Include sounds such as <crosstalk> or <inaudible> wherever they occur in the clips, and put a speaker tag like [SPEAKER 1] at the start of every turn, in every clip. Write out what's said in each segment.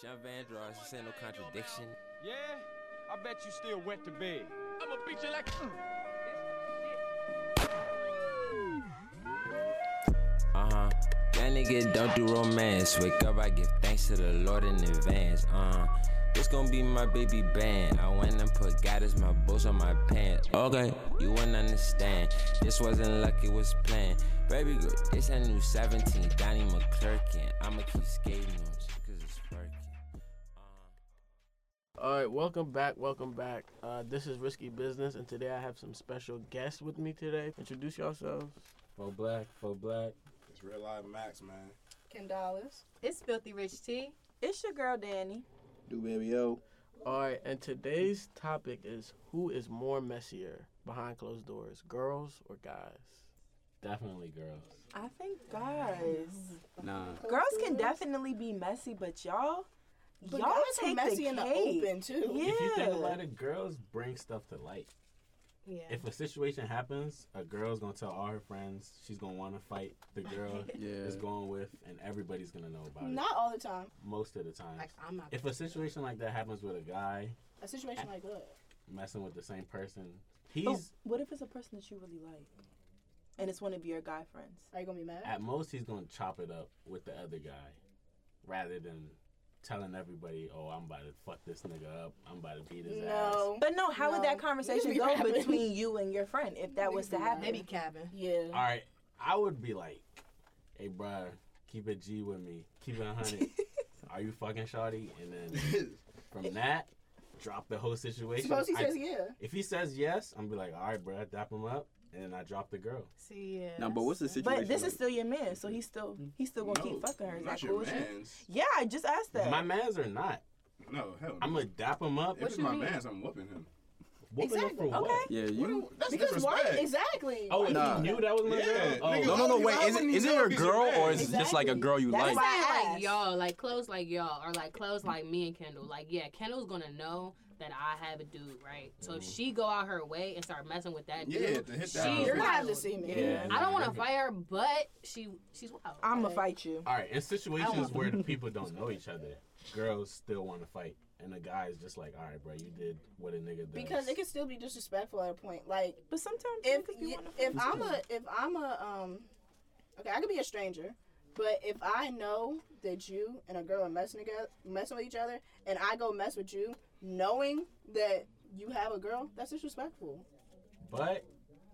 [SPEAKER 1] Sean Van Dross, this ain't no contradiction.
[SPEAKER 2] Yeah, I bet you still wet to bed. I'ma beat you like.
[SPEAKER 1] Uh huh. That nigga don't do romance. Wake up, I give thanks to the Lord in advance. Uh huh. This gon' be my baby band. I went and put God as my bulls on my pants. Okay, you wouldn't understand. This wasn't luck, it was planned. Baby girl, this a new 17, Donnie McClurkin. I'ma keep skating on shit cause it's working.
[SPEAKER 3] All right, welcome back, welcome back. Uh, this is Risky Business, and today I have some special guests with me today. Introduce yourselves.
[SPEAKER 4] Faux black, faux black.
[SPEAKER 5] It's real life Max, man.
[SPEAKER 6] Kendalas.
[SPEAKER 7] It's Filthy Rich T. It's your girl Danny.
[SPEAKER 5] Do baby yo.
[SPEAKER 3] All right, and today's topic is who is more messier behind closed doors, girls or guys?
[SPEAKER 4] Definitely girls.
[SPEAKER 7] I think guys.
[SPEAKER 4] Nah.
[SPEAKER 7] Girls can definitely be messy, but y'all,
[SPEAKER 6] But
[SPEAKER 7] y'all
[SPEAKER 6] guys are
[SPEAKER 7] take
[SPEAKER 6] messy
[SPEAKER 7] the
[SPEAKER 6] in the
[SPEAKER 7] cake.
[SPEAKER 6] open too.
[SPEAKER 7] Yeah.
[SPEAKER 4] If you think about it, girls bring stuff to light.
[SPEAKER 6] Yeah.
[SPEAKER 4] If a situation happens, a girl's gonna tell all her friends. She's gonna want to fight the
[SPEAKER 6] <laughs>
[SPEAKER 4] girl
[SPEAKER 5] Yeah.
[SPEAKER 4] is going with, and everybody's gonna know about it.
[SPEAKER 6] Not all the time.
[SPEAKER 4] Most of the time.
[SPEAKER 6] Like I'm not.
[SPEAKER 4] If a situation like that happens with a guy
[SPEAKER 6] a situation like what?
[SPEAKER 4] messing with the same person,
[SPEAKER 6] Oh.
[SPEAKER 4] he's
[SPEAKER 7] what if it's a person that you really like, and it's one of your guy friends?
[SPEAKER 6] Are you gonna be mad?
[SPEAKER 4] at most he's gonna chop it up with the other guy, rather than telling everybody, "Oh, I'm about to fuck this nigga up. I'm about to beat his ass."
[SPEAKER 6] no.
[SPEAKER 7] But no, how would
[SPEAKER 6] Eh? No.
[SPEAKER 7] that conversation
[SPEAKER 6] Niggas be
[SPEAKER 7] go
[SPEAKER 6] rapping.
[SPEAKER 7] between you and your friend if that was to happen?
[SPEAKER 6] Maybe
[SPEAKER 7] cabin.
[SPEAKER 6] Yeah.
[SPEAKER 4] All right, I would be like, "Hey, bruh, keep it G with me. Keep it a hundred. Are you fucking shawty?" And then from that, drop the whole situation.
[SPEAKER 6] Suppose he
[SPEAKER 4] I-
[SPEAKER 6] says yeah.
[SPEAKER 4] if he says yes, I'm be like, "All right, bruh, dap him up." And then I drop the girl.
[SPEAKER 7] See, yeah.
[SPEAKER 8] Now, but what's the situation?
[SPEAKER 7] But this
[SPEAKER 8] like?
[SPEAKER 7] is still your man, so he's still he's still gonna keep fucking her. Is
[SPEAKER 5] Not
[SPEAKER 7] that
[SPEAKER 5] your
[SPEAKER 7] cool? with you?
[SPEAKER 5] mans.
[SPEAKER 7] Yeah, I just asked that.
[SPEAKER 4] My mans are not.
[SPEAKER 5] No, hell.
[SPEAKER 4] I'm gonna dap him up.
[SPEAKER 5] if it's my mans, I'm whooping him.
[SPEAKER 4] Whooping him for what?
[SPEAKER 7] Okay.
[SPEAKER 8] Yeah,
[SPEAKER 5] What
[SPEAKER 8] you.
[SPEAKER 5] do- That's
[SPEAKER 6] Because why?
[SPEAKER 5] disrespect.
[SPEAKER 6] Exactly.
[SPEAKER 4] Oh,
[SPEAKER 6] Why
[SPEAKER 4] if
[SPEAKER 6] you
[SPEAKER 8] Nah.
[SPEAKER 4] he
[SPEAKER 6] do
[SPEAKER 4] knew
[SPEAKER 6] that?
[SPEAKER 4] that was my
[SPEAKER 5] Yeah,
[SPEAKER 4] girl. Oh,
[SPEAKER 5] nigga,
[SPEAKER 8] No, no, no.
[SPEAKER 5] Why
[SPEAKER 8] Wait, is it
[SPEAKER 5] wouldn't he
[SPEAKER 8] is it
[SPEAKER 5] know
[SPEAKER 8] your
[SPEAKER 5] if he's your
[SPEAKER 8] girl or
[SPEAKER 5] man?
[SPEAKER 8] is it just like a
[SPEAKER 7] Exactly.
[SPEAKER 6] Oh,
[SPEAKER 8] girl you
[SPEAKER 7] That's
[SPEAKER 8] like?
[SPEAKER 7] why I
[SPEAKER 9] like
[SPEAKER 7] asked.
[SPEAKER 9] y'all, like close like y'all, or like close like me and Kendall. Like yeah, Kendall's gonna know that I have a dude, right? So if she go out her way and start messing with that dude,
[SPEAKER 5] Yeah, to hit that.
[SPEAKER 9] She's
[SPEAKER 6] You're gonna have to
[SPEAKER 9] wild.
[SPEAKER 6] see me.
[SPEAKER 4] Yeah.
[SPEAKER 9] I don't want to fight her, but she she's wild.
[SPEAKER 6] Um,
[SPEAKER 7] I'm gonna fight you.
[SPEAKER 4] All right, in situations
[SPEAKER 9] want-
[SPEAKER 4] where the people don't know each other, girls still want to fight, and the guy's just like, "All right, bro, you did what a nigga does."
[SPEAKER 6] Because it can still be disrespectful at a point. Like
[SPEAKER 7] But sometimes
[SPEAKER 6] if
[SPEAKER 7] niggas be
[SPEAKER 6] y-
[SPEAKER 7] wanting to
[SPEAKER 6] if
[SPEAKER 7] fuck
[SPEAKER 6] I'm
[SPEAKER 7] too.
[SPEAKER 6] a if I'm a um okay, I could be a stranger, but if I know that you and a girl are messing together, messing with each other, and I go mess with you, knowing that you have a girl, that's disrespectful.
[SPEAKER 4] but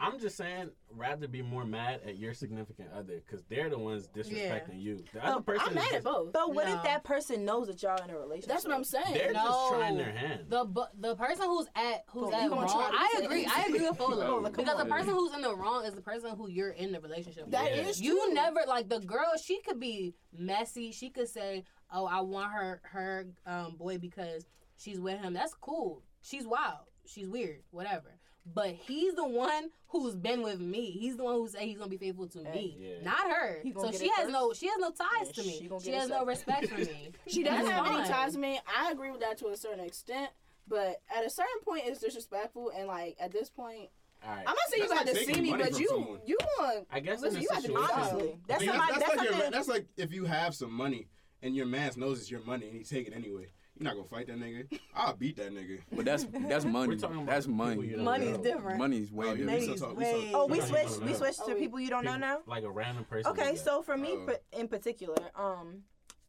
[SPEAKER 4] I'm just saying, rather be more mad at your significant other because they're the ones disrespecting you. The other person
[SPEAKER 6] I'm
[SPEAKER 4] is
[SPEAKER 6] mad at
[SPEAKER 4] just-
[SPEAKER 6] both.
[SPEAKER 7] But what
[SPEAKER 9] No.
[SPEAKER 7] if that person knows that y'all in a relationship?
[SPEAKER 6] That's what I'm saying.
[SPEAKER 4] They're
[SPEAKER 9] No.
[SPEAKER 4] just trying their hand.
[SPEAKER 9] The bu- the person who's at who's
[SPEAKER 6] But we
[SPEAKER 9] at
[SPEAKER 6] gonna
[SPEAKER 9] wrong.
[SPEAKER 6] try
[SPEAKER 9] I
[SPEAKER 6] to-
[SPEAKER 9] agree. I agree
[SPEAKER 6] <laughs>
[SPEAKER 9] with
[SPEAKER 8] Fola,
[SPEAKER 9] Fola
[SPEAKER 8] come
[SPEAKER 9] because the
[SPEAKER 8] on.
[SPEAKER 9] person who's in the wrong is the person who you're in the relationship with.
[SPEAKER 6] That
[SPEAKER 4] Yeah.
[SPEAKER 6] is true.
[SPEAKER 9] You never like the girl. She could be messy. She could say, "Oh, I want her her um, boy because she's with him." That's cool. She's wild. She's weird. Whatever. But he's the one who's been with me. He's the one who said he's gonna be faithful to me,
[SPEAKER 4] Yeah.
[SPEAKER 9] not her.
[SPEAKER 7] He gonna
[SPEAKER 9] So
[SPEAKER 7] get
[SPEAKER 9] she
[SPEAKER 7] it
[SPEAKER 9] has
[SPEAKER 7] first?
[SPEAKER 9] no she has no ties
[SPEAKER 7] Yeah,
[SPEAKER 9] to
[SPEAKER 7] she
[SPEAKER 9] me.
[SPEAKER 7] gonna
[SPEAKER 9] She,
[SPEAKER 7] get it
[SPEAKER 9] has no
[SPEAKER 7] second.
[SPEAKER 9] respect
[SPEAKER 7] <laughs>
[SPEAKER 9] for me.
[SPEAKER 6] She doesn't
[SPEAKER 9] That's
[SPEAKER 6] have
[SPEAKER 9] fine.
[SPEAKER 6] any ties to me. I agree with that to a certain extent, but at a certain point, it's disrespectful. And like at this point,
[SPEAKER 4] All right.
[SPEAKER 6] I'm not saying you
[SPEAKER 5] That's
[SPEAKER 6] got
[SPEAKER 5] like
[SPEAKER 6] to
[SPEAKER 5] taking
[SPEAKER 6] see me,
[SPEAKER 5] money
[SPEAKER 6] but
[SPEAKER 5] from
[SPEAKER 6] you
[SPEAKER 5] someone.
[SPEAKER 6] you want
[SPEAKER 4] I guess in
[SPEAKER 6] Listen,
[SPEAKER 4] a
[SPEAKER 6] you have to be
[SPEAKER 4] situation,
[SPEAKER 6] honest.
[SPEAKER 7] honestly. That's
[SPEAKER 5] Because
[SPEAKER 7] somebody. That's,
[SPEAKER 5] that's, like your,
[SPEAKER 7] something.
[SPEAKER 5] that's like if you have some money and your man's knows it's your money and he take it anyway. You're not gonna fight that nigga. I'll beat that nigga.
[SPEAKER 8] But that's that's
[SPEAKER 4] we're
[SPEAKER 8] money.
[SPEAKER 4] talking about
[SPEAKER 8] That's
[SPEAKER 4] people
[SPEAKER 8] money.
[SPEAKER 4] you don't
[SPEAKER 7] Money's
[SPEAKER 4] know.
[SPEAKER 7] different.
[SPEAKER 8] Money's way
[SPEAKER 5] Oh, yeah,
[SPEAKER 8] different.
[SPEAKER 5] we
[SPEAKER 7] Money's
[SPEAKER 5] still talk. We still
[SPEAKER 7] way- Oh, we
[SPEAKER 4] No, no,
[SPEAKER 7] switched.
[SPEAKER 4] no,
[SPEAKER 7] We
[SPEAKER 4] no.
[SPEAKER 7] switched to
[SPEAKER 6] Oh, we-
[SPEAKER 7] people you don't know
[SPEAKER 4] People-
[SPEAKER 7] now.
[SPEAKER 4] Like a random person.
[SPEAKER 7] Okay,
[SPEAKER 4] is
[SPEAKER 7] so for me
[SPEAKER 5] Oh.
[SPEAKER 7] pa- in particular, um,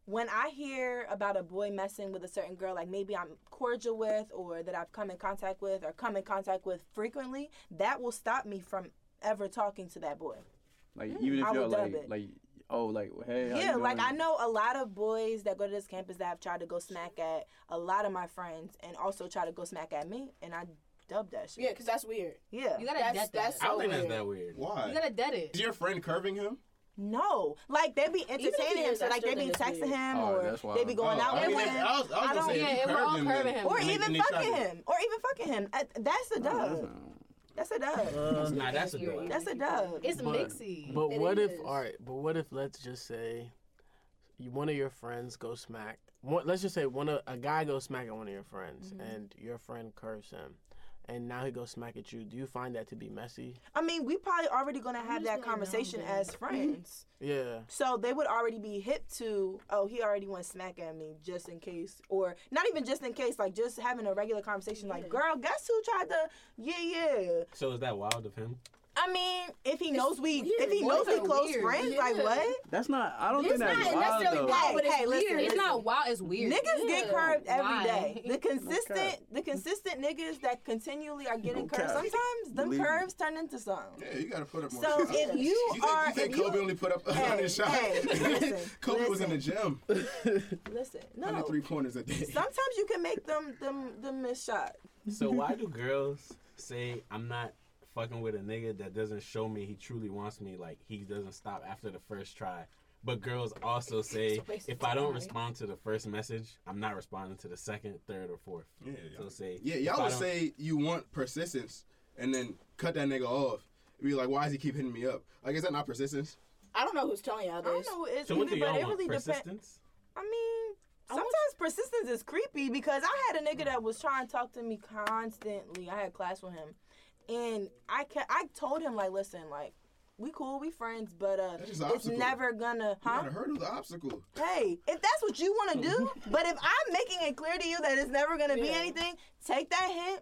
[SPEAKER 7] when I hear about a boy messing with a certain girl, like maybe I'm cordial with, or that I've come in contact with, or come in contact with frequently, that will stop me from ever talking to that boy.
[SPEAKER 8] Like even if
[SPEAKER 7] I
[SPEAKER 8] you're
[SPEAKER 7] will dub
[SPEAKER 8] like
[SPEAKER 7] it.
[SPEAKER 8] like oh like hey how you
[SPEAKER 7] yeah, like
[SPEAKER 8] doing?
[SPEAKER 7] I know a lot of boys that go to this campus that have tried to go smack at a lot of my friends, and also try to go smack at me, and I dubbed that shit.
[SPEAKER 6] yeah, because that's weird.
[SPEAKER 7] Yeah.
[SPEAKER 9] You gotta
[SPEAKER 6] That's-
[SPEAKER 9] debt that.
[SPEAKER 6] that's
[SPEAKER 4] I don't think that's
[SPEAKER 6] weird.
[SPEAKER 4] that weird.
[SPEAKER 9] you
[SPEAKER 5] Why?
[SPEAKER 9] gotta debt it.
[SPEAKER 5] Is your friend curving him?
[SPEAKER 7] No, like they be
[SPEAKER 6] if he
[SPEAKER 7] entertaining him,
[SPEAKER 6] is,
[SPEAKER 7] so
[SPEAKER 6] I
[SPEAKER 7] like
[SPEAKER 6] still
[SPEAKER 7] they be
[SPEAKER 6] think it's
[SPEAKER 7] texting
[SPEAKER 6] weird.
[SPEAKER 7] him,
[SPEAKER 8] Oh,
[SPEAKER 7] or
[SPEAKER 8] that's why.
[SPEAKER 7] they be going
[SPEAKER 5] Oh,
[SPEAKER 7] out
[SPEAKER 5] I, mean,
[SPEAKER 7] with
[SPEAKER 5] if-
[SPEAKER 7] him.
[SPEAKER 5] I was, I was
[SPEAKER 7] I
[SPEAKER 5] gonna say
[SPEAKER 7] don't-
[SPEAKER 5] if
[SPEAKER 9] Yeah,
[SPEAKER 5] you
[SPEAKER 9] if we're all
[SPEAKER 5] curved him, then-
[SPEAKER 9] curving him.
[SPEAKER 7] or
[SPEAKER 5] and they-
[SPEAKER 7] even
[SPEAKER 5] and they tried
[SPEAKER 7] fucking
[SPEAKER 5] to-
[SPEAKER 7] him, or even fucking him. Uh, That's a dub. That's a dub.
[SPEAKER 4] Nah, that's a
[SPEAKER 9] You're-
[SPEAKER 4] dub.
[SPEAKER 7] That's a dub.
[SPEAKER 9] It's
[SPEAKER 3] But-
[SPEAKER 9] mixy.
[SPEAKER 3] But
[SPEAKER 6] It
[SPEAKER 3] what
[SPEAKER 6] is.
[SPEAKER 3] if all right? But what if let's just say, you, one of your friends goes smack.
[SPEAKER 6] Mm-hmm.
[SPEAKER 3] One, let's just say one of a guy goes smack at one of your friends, and your friend curse him, and now he goes smack at you. Do you find that to be messy?
[SPEAKER 7] I mean, we probably already gonna have that conversation as friends.
[SPEAKER 3] Yeah.
[SPEAKER 7] So they would already be hip to, oh, he already went smack at me just in case. Or not even just in case, like just having a regular conversation, like, girl, guess who tried to yeah, yeah.
[SPEAKER 4] So is that wild of him?
[SPEAKER 7] I mean, if he knows we
[SPEAKER 6] weird.
[SPEAKER 7] if he
[SPEAKER 6] Boys
[SPEAKER 7] knows we
[SPEAKER 6] are
[SPEAKER 7] close
[SPEAKER 6] weird.
[SPEAKER 7] friends, like
[SPEAKER 6] Yeah.
[SPEAKER 7] what?
[SPEAKER 8] That's not. I don't think that's
[SPEAKER 6] not
[SPEAKER 8] wild
[SPEAKER 6] necessarily
[SPEAKER 8] though.
[SPEAKER 6] wild, but it's
[SPEAKER 7] Hey, listen,
[SPEAKER 6] weird.
[SPEAKER 9] It's not wild. It's weird.
[SPEAKER 7] Niggas get
[SPEAKER 6] Yeah.
[SPEAKER 7] curved every
[SPEAKER 9] Why?
[SPEAKER 6] <laughs>
[SPEAKER 7] day. The consistent,
[SPEAKER 8] cap.
[SPEAKER 7] the consistent niggas that continually are getting
[SPEAKER 8] No cap.
[SPEAKER 7] curved. Sometimes them
[SPEAKER 8] Believe me.
[SPEAKER 7] curves turn into something.
[SPEAKER 5] Yeah, you gotta put up more.
[SPEAKER 7] So
[SPEAKER 5] shots.
[SPEAKER 7] if you
[SPEAKER 5] you think,
[SPEAKER 7] are,
[SPEAKER 5] you think
[SPEAKER 7] if
[SPEAKER 5] Kobe
[SPEAKER 7] you,
[SPEAKER 5] only put up
[SPEAKER 7] Hey,
[SPEAKER 5] 100 shots?
[SPEAKER 7] hey, listen,
[SPEAKER 5] Kobe was in the
[SPEAKER 7] listen.
[SPEAKER 5] gym,
[SPEAKER 7] listen,
[SPEAKER 5] under
[SPEAKER 7] no.
[SPEAKER 5] three pointers a day. <laughs>
[SPEAKER 7] Sometimes you can make them them them miss shot.
[SPEAKER 4] So why do girls say I'm not fucking with a nigga that doesn't show me he truly wants me? Like he doesn't stop after the first try. But girls
[SPEAKER 7] <laughs>
[SPEAKER 4] also say if I don't respond to the first message, I'm not responding to the second, third, or fourth.
[SPEAKER 5] Yeah,
[SPEAKER 4] So say
[SPEAKER 5] Yeah,
[SPEAKER 4] if
[SPEAKER 5] y'all
[SPEAKER 4] I
[SPEAKER 5] would
[SPEAKER 4] don't-
[SPEAKER 5] say you want persistence and then cut that nigga off. Be like, why does he keep hitting me up? Like, is that not persistence?
[SPEAKER 6] I don't know who's telling
[SPEAKER 7] I
[SPEAKER 6] y'all
[SPEAKER 7] don't
[SPEAKER 6] this.
[SPEAKER 7] know what it's
[SPEAKER 4] So what
[SPEAKER 7] either,
[SPEAKER 4] do
[SPEAKER 7] but
[SPEAKER 4] y'all
[SPEAKER 7] it
[SPEAKER 4] want?
[SPEAKER 7] really depends.
[SPEAKER 4] Persistence?
[SPEAKER 7] I mean,
[SPEAKER 6] I want-
[SPEAKER 7] sometimes persistence is creepy because I had a nigga that was trying to talk to me constantly. I had class with him, and I ca- I told him like, listen, like. We cool, we friends, but uh,
[SPEAKER 5] That's just
[SPEAKER 7] it's
[SPEAKER 5] an obstacle.
[SPEAKER 7] never gonna,
[SPEAKER 5] You
[SPEAKER 7] huh? Oh,
[SPEAKER 5] gotta hurdle the obstacle.
[SPEAKER 7] hey, if that's what you want to do, but if I'm making it clear to you that it's never going to be
[SPEAKER 6] Yeah.
[SPEAKER 7] anything, take that hint,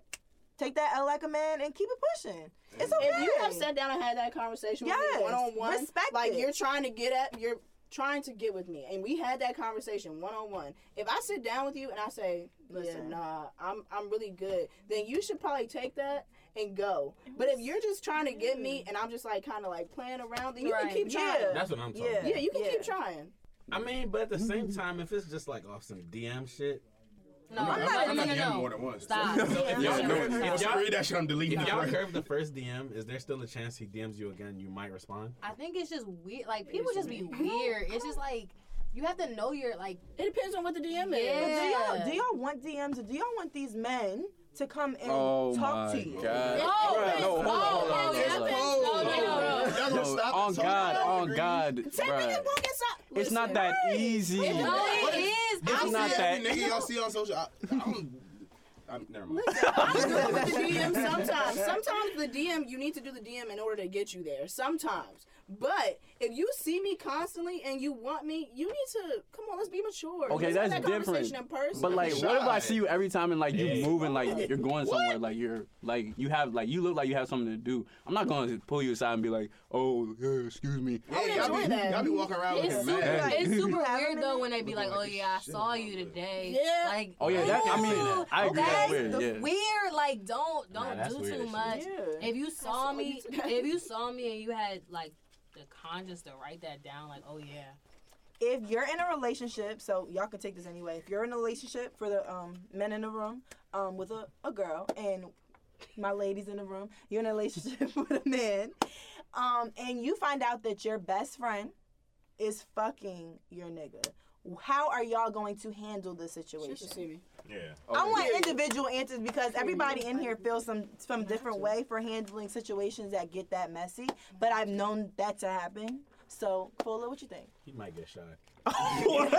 [SPEAKER 7] take that L like a man, and keep it pushing. It's okay.
[SPEAKER 6] If you have sat down and had that conversation with
[SPEAKER 7] Yes,
[SPEAKER 6] me one on one,
[SPEAKER 7] respect
[SPEAKER 6] like
[SPEAKER 7] it.
[SPEAKER 6] you're trying to get at, you're trying to get with me, and we had that conversation one on one. If I sit down with you and I say,
[SPEAKER 7] Listen.
[SPEAKER 6] "Listen, nah, I'm I'm really good," then you should probably take that and go. But if you're just trying to get me and I'm just like kind of like playing around, then you
[SPEAKER 9] Right.
[SPEAKER 6] can keep trying.
[SPEAKER 7] Mm. Yeah.
[SPEAKER 6] Yeah,
[SPEAKER 4] That's what I'm talking
[SPEAKER 7] Yeah. Mm-hmm.
[SPEAKER 4] about.
[SPEAKER 6] you can
[SPEAKER 7] Yeah.
[SPEAKER 6] keep trying.
[SPEAKER 4] I mean, but at the same time, if it's just like off some DM
[SPEAKER 7] <laughs>
[SPEAKER 4] shit,
[SPEAKER 9] <laughs> No,
[SPEAKER 5] I'm
[SPEAKER 9] no,
[SPEAKER 5] not,
[SPEAKER 9] no,
[SPEAKER 5] I'm
[SPEAKER 9] no,
[SPEAKER 5] not
[SPEAKER 9] no,
[SPEAKER 5] DMing
[SPEAKER 9] no.
[SPEAKER 5] more than once. <laughs>
[SPEAKER 9] Stop.
[SPEAKER 4] So if y'all
[SPEAKER 5] Yeah, no,
[SPEAKER 4] curve-
[SPEAKER 5] if
[SPEAKER 4] if
[SPEAKER 5] y'all
[SPEAKER 4] y'all-
[SPEAKER 5] read that shit, I'm deleting
[SPEAKER 4] if
[SPEAKER 5] it.
[SPEAKER 4] y'all
[SPEAKER 5] bro.
[SPEAKER 4] curve the first DM, is there still a chance he DMs you again? You might respond.
[SPEAKER 9] I think it's just weird. Like people just be weird. It's just like you have to know your like.
[SPEAKER 6] It depends on what the DM
[SPEAKER 7] But
[SPEAKER 6] is.
[SPEAKER 7] do y'all
[SPEAKER 9] Yeah.
[SPEAKER 7] do y'all want DMs? Or do y'all want these men to come and
[SPEAKER 8] Oh my
[SPEAKER 7] talk to you?
[SPEAKER 8] god.
[SPEAKER 9] Oh,
[SPEAKER 8] Bruh, no,
[SPEAKER 9] oh,
[SPEAKER 8] hold on, hold on, hold
[SPEAKER 9] oh,
[SPEAKER 8] on.
[SPEAKER 9] oh, no, no, no.
[SPEAKER 5] Y'all
[SPEAKER 8] Yo,
[SPEAKER 5] gonna stop
[SPEAKER 8] on
[SPEAKER 5] and talk
[SPEAKER 8] God,
[SPEAKER 5] about
[SPEAKER 8] on
[SPEAKER 5] it?
[SPEAKER 8] God,
[SPEAKER 6] That nigga
[SPEAKER 8] bruh.
[SPEAKER 6] won't get stopped.
[SPEAKER 8] It's not
[SPEAKER 6] Listen.
[SPEAKER 8] that easy.
[SPEAKER 9] No,
[SPEAKER 5] What
[SPEAKER 9] it
[SPEAKER 5] if-
[SPEAKER 9] is.
[SPEAKER 5] This
[SPEAKER 9] I'm
[SPEAKER 5] is
[SPEAKER 8] not
[SPEAKER 5] not
[SPEAKER 8] that-
[SPEAKER 5] that nigga y'all see on social. I, I'm, I'm never mind.
[SPEAKER 9] <laughs>
[SPEAKER 6] I'm good with the DM sometimes. Sometimes the DM, you need to do the DM in order to get you there. Sometimes. But if you see me constantly and you want me, you need to come on, let's be mature.
[SPEAKER 8] Okay,
[SPEAKER 6] Let's
[SPEAKER 8] that's
[SPEAKER 6] have that
[SPEAKER 8] different.
[SPEAKER 6] conversation in person.
[SPEAKER 8] But like, what if I
[SPEAKER 5] Shot.
[SPEAKER 8] see you every time and like you
[SPEAKER 4] Yeah.
[SPEAKER 8] moving, like you're going somewhere, like you're like you have like you look like you have something to do. I'm not going to pull you aside and be like, oh, yeah, excuse me.
[SPEAKER 5] Yeah, y'all, be,
[SPEAKER 6] enjoy that.
[SPEAKER 5] y'all be walking around
[SPEAKER 9] It's
[SPEAKER 5] looking
[SPEAKER 9] super,
[SPEAKER 5] mad.
[SPEAKER 8] Hey.
[SPEAKER 9] it's super
[SPEAKER 7] Hey.
[SPEAKER 9] weird though when they be like,
[SPEAKER 5] Looking
[SPEAKER 9] "Oh
[SPEAKER 5] like a
[SPEAKER 9] yeah, I
[SPEAKER 5] shit
[SPEAKER 9] saw
[SPEAKER 5] in my
[SPEAKER 9] you
[SPEAKER 5] book.
[SPEAKER 9] today."
[SPEAKER 6] Yeah.
[SPEAKER 9] Like,
[SPEAKER 8] Oh yeah, that I mean,
[SPEAKER 9] ooh,
[SPEAKER 8] I agree. That's
[SPEAKER 9] that's
[SPEAKER 8] weird. Yeah.
[SPEAKER 9] weird. Like, don't
[SPEAKER 4] Nah,
[SPEAKER 9] don't
[SPEAKER 4] that's
[SPEAKER 9] do
[SPEAKER 4] weird
[SPEAKER 9] too
[SPEAKER 4] as shit.
[SPEAKER 9] much.
[SPEAKER 7] Yeah.
[SPEAKER 9] If you saw
[SPEAKER 6] saw you
[SPEAKER 9] me,
[SPEAKER 6] today.
[SPEAKER 9] if you saw me and you had like the conscience to write that down, like,
[SPEAKER 6] <laughs>
[SPEAKER 9] "Oh yeah."
[SPEAKER 7] If you're in a relationship, so y'all can take this anyway. If you're in a relationship for the um, men in the room um, with a, a girl and my ladies in the room, you're in a relationship <laughs> with a man, um, and you find out that your best friend is fucking your nigga. How are y'all going to handle the
[SPEAKER 6] You
[SPEAKER 7] situation?
[SPEAKER 6] should see me.
[SPEAKER 7] I want individual answers because everybody in here feels some some different way for handling situations that get that messy. But I've known that to happen. So, Fola, what you think?
[SPEAKER 4] He might get shot.
[SPEAKER 5] Oh, Shot. <laughs>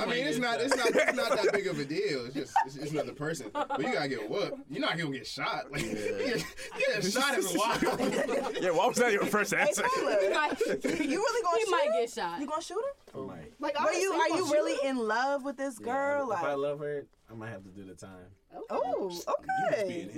[SPEAKER 5] I mean, it's not, it's not, it's not that big of a deal. It's just, it's, it's another person. But you gotta get whooped. You're not gonna get shot. Like, <laughs> get, get
[SPEAKER 10] <laughs>
[SPEAKER 5] shot in the wild.
[SPEAKER 8] Yeah, why was that your first
[SPEAKER 7] Hey,
[SPEAKER 8] answer?
[SPEAKER 7] Fola,
[SPEAKER 9] <laughs>
[SPEAKER 7] you really gonna
[SPEAKER 9] He
[SPEAKER 7] shoot
[SPEAKER 9] might
[SPEAKER 7] her?
[SPEAKER 9] get shot.
[SPEAKER 7] You gonna shoot her?
[SPEAKER 4] He might.
[SPEAKER 6] Like,
[SPEAKER 7] Are you
[SPEAKER 6] honestly,
[SPEAKER 7] are you
[SPEAKER 6] want
[SPEAKER 7] really in love with this girl?
[SPEAKER 4] if I
[SPEAKER 7] like,
[SPEAKER 4] love her, I might have to do the time.
[SPEAKER 7] oh, okay.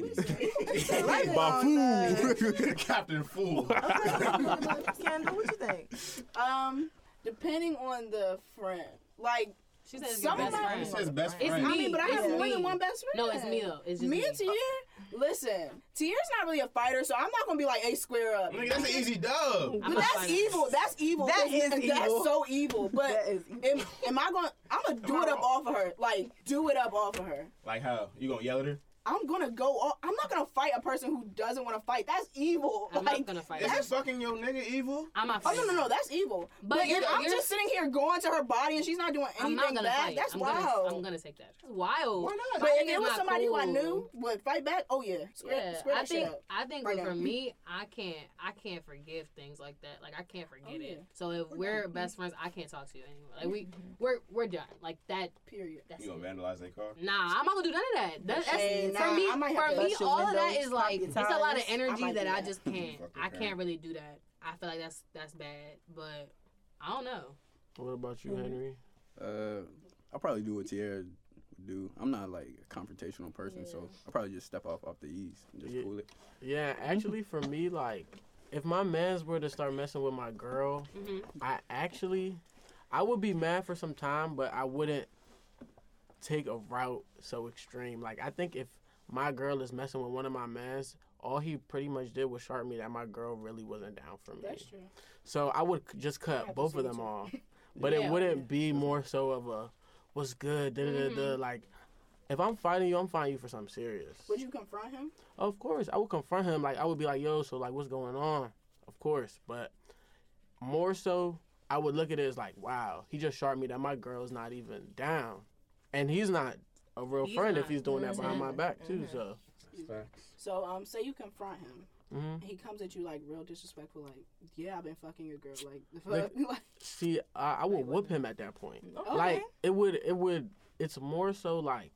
[SPEAKER 5] <laughs>
[SPEAKER 7] Like it on the-
[SPEAKER 8] Bafu.
[SPEAKER 5] Captain
[SPEAKER 9] <laughs>
[SPEAKER 5] Fool.
[SPEAKER 7] <laughs> Kendall, what you think?
[SPEAKER 6] Um, depending on the friend. Like,
[SPEAKER 9] She said it's your
[SPEAKER 6] Some
[SPEAKER 9] best
[SPEAKER 6] of my-
[SPEAKER 9] friend.
[SPEAKER 5] It's his best
[SPEAKER 9] It's
[SPEAKER 5] friend.
[SPEAKER 6] I mean, but I
[SPEAKER 9] It's
[SPEAKER 6] have more
[SPEAKER 9] me.
[SPEAKER 6] than one best friend.
[SPEAKER 9] No, it's me though. It's just
[SPEAKER 6] Me
[SPEAKER 9] me.
[SPEAKER 6] and Tier, listen, Tier's not really a fighter, so I'm not gonna be like, hey, square up.
[SPEAKER 5] Nigga, that's an easy dub.
[SPEAKER 9] I'm
[SPEAKER 6] But
[SPEAKER 9] not
[SPEAKER 6] that's
[SPEAKER 9] fighting.
[SPEAKER 6] evil. That's evil.
[SPEAKER 7] That
[SPEAKER 6] That's-
[SPEAKER 7] is
[SPEAKER 6] that's
[SPEAKER 7] evil.
[SPEAKER 6] so
[SPEAKER 7] <laughs>
[SPEAKER 6] evil. But
[SPEAKER 7] That is evil.
[SPEAKER 6] Am, am I going? to I'm gonna do it up off of her. Like do it up off of her.
[SPEAKER 5] Like how? You gonna yell at her?
[SPEAKER 6] I'm gonna go. Off, I'm not gonna fight a person who doesn't want to fight. That's evil.
[SPEAKER 9] I'm
[SPEAKER 6] like,
[SPEAKER 9] not gonna fight.
[SPEAKER 5] Is fucking your nigga evil?
[SPEAKER 9] I'm not
[SPEAKER 6] Oh
[SPEAKER 9] fighting.
[SPEAKER 6] no no no, that's evil.
[SPEAKER 9] But
[SPEAKER 6] But
[SPEAKER 9] you're-
[SPEAKER 6] if I'm
[SPEAKER 9] you're-
[SPEAKER 6] just sitting here going to her body and she's not doing
[SPEAKER 9] I'm
[SPEAKER 6] anything
[SPEAKER 9] not gonna
[SPEAKER 6] bad,
[SPEAKER 9] fight.
[SPEAKER 6] that's
[SPEAKER 9] I'm
[SPEAKER 6] wild.
[SPEAKER 9] Gonna, I'm gonna take that. That's wild. Why not?
[SPEAKER 6] but if it was somebody who I knew would fight back, oh yeah, square,
[SPEAKER 9] Yeah,
[SPEAKER 6] square
[SPEAKER 9] I
[SPEAKER 6] that shit
[SPEAKER 9] think
[SPEAKER 6] up.
[SPEAKER 9] I think
[SPEAKER 6] Right
[SPEAKER 9] for
[SPEAKER 6] now.
[SPEAKER 9] me, I can't I can't forgive things like that. Like I can't forget
[SPEAKER 6] Oh, yeah. Mm-hmm.
[SPEAKER 9] it. So if we're best friends, I can't talk to you anymore. Like we we're we're done. Like that.
[SPEAKER 6] Period.
[SPEAKER 9] That's
[SPEAKER 5] You
[SPEAKER 9] it.
[SPEAKER 5] gonna vandalize their car?
[SPEAKER 9] Nah, I'm not gonna do none of that. that that's
[SPEAKER 6] shade, nah,
[SPEAKER 9] for me,
[SPEAKER 6] I might have
[SPEAKER 9] for
[SPEAKER 6] to
[SPEAKER 9] me,
[SPEAKER 6] bust your
[SPEAKER 9] all of
[SPEAKER 6] windows,
[SPEAKER 9] that is
[SPEAKER 6] pop
[SPEAKER 9] like
[SPEAKER 6] your
[SPEAKER 9] it's a lot of
[SPEAKER 6] tires. I
[SPEAKER 9] energy
[SPEAKER 6] might
[SPEAKER 9] that
[SPEAKER 6] do
[SPEAKER 9] I
[SPEAKER 6] that.
[SPEAKER 9] just can't.
[SPEAKER 5] Fucking
[SPEAKER 9] I
[SPEAKER 5] can't.
[SPEAKER 9] can't really do that. I feel like that's that's bad. But I don't know.
[SPEAKER 3] What about
[SPEAKER 6] Mm-hmm.
[SPEAKER 3] you, Henry?
[SPEAKER 8] Uh, I'll probably do what Tierra would do. I'm not like a confrontational person, so I'll probably just step off off the ease and just
[SPEAKER 3] Yeah.
[SPEAKER 8] cool it.
[SPEAKER 3] Yeah, actually, for me, like, if my mans were to start messing with my girl,
[SPEAKER 6] Mm-hmm.
[SPEAKER 9] Mhm.
[SPEAKER 3] I actually, I would be mad for some time, but I wouldn't take a route so extreme. Like, I think if my girl is messing with one of my mans, all he pretty much did was sharp me that my girl really wasn't down for me.
[SPEAKER 6] That's true.
[SPEAKER 3] So I would c- just cut
[SPEAKER 6] Have to
[SPEAKER 3] both
[SPEAKER 6] see
[SPEAKER 3] of
[SPEAKER 6] what
[SPEAKER 3] them
[SPEAKER 6] you-
[SPEAKER 3] off.
[SPEAKER 6] <laughs>
[SPEAKER 3] But
[SPEAKER 9] Yeah.
[SPEAKER 3] it wouldn't be more so of a what's good, da da da
[SPEAKER 6] Mm-hmm.
[SPEAKER 3] da. Like, if I'm fighting you, I'm fighting you for something serious.
[SPEAKER 6] Would you confront him?
[SPEAKER 3] Of course, I would confront him. Like I would be like, "Yo, so like, what's going on?" Of course, but more so, I would look at it as like, "Wow, he just shot me that my girl's not even down, and he's not a real
[SPEAKER 9] He's
[SPEAKER 3] friend
[SPEAKER 9] not.
[SPEAKER 3] if he's doing that behind my
[SPEAKER 6] Mhm.
[SPEAKER 3] back too." So
[SPEAKER 6] So, um, say you confront him.
[SPEAKER 3] mhm.
[SPEAKER 6] and He comes at you like real disrespectful, like, yeah, I've been fucking your girl. Like, the fuck?
[SPEAKER 3] Like-
[SPEAKER 6] <laughs> like
[SPEAKER 3] see, I, I would whoop him at that point.
[SPEAKER 6] okay.
[SPEAKER 3] Like it would, it would. It's more so like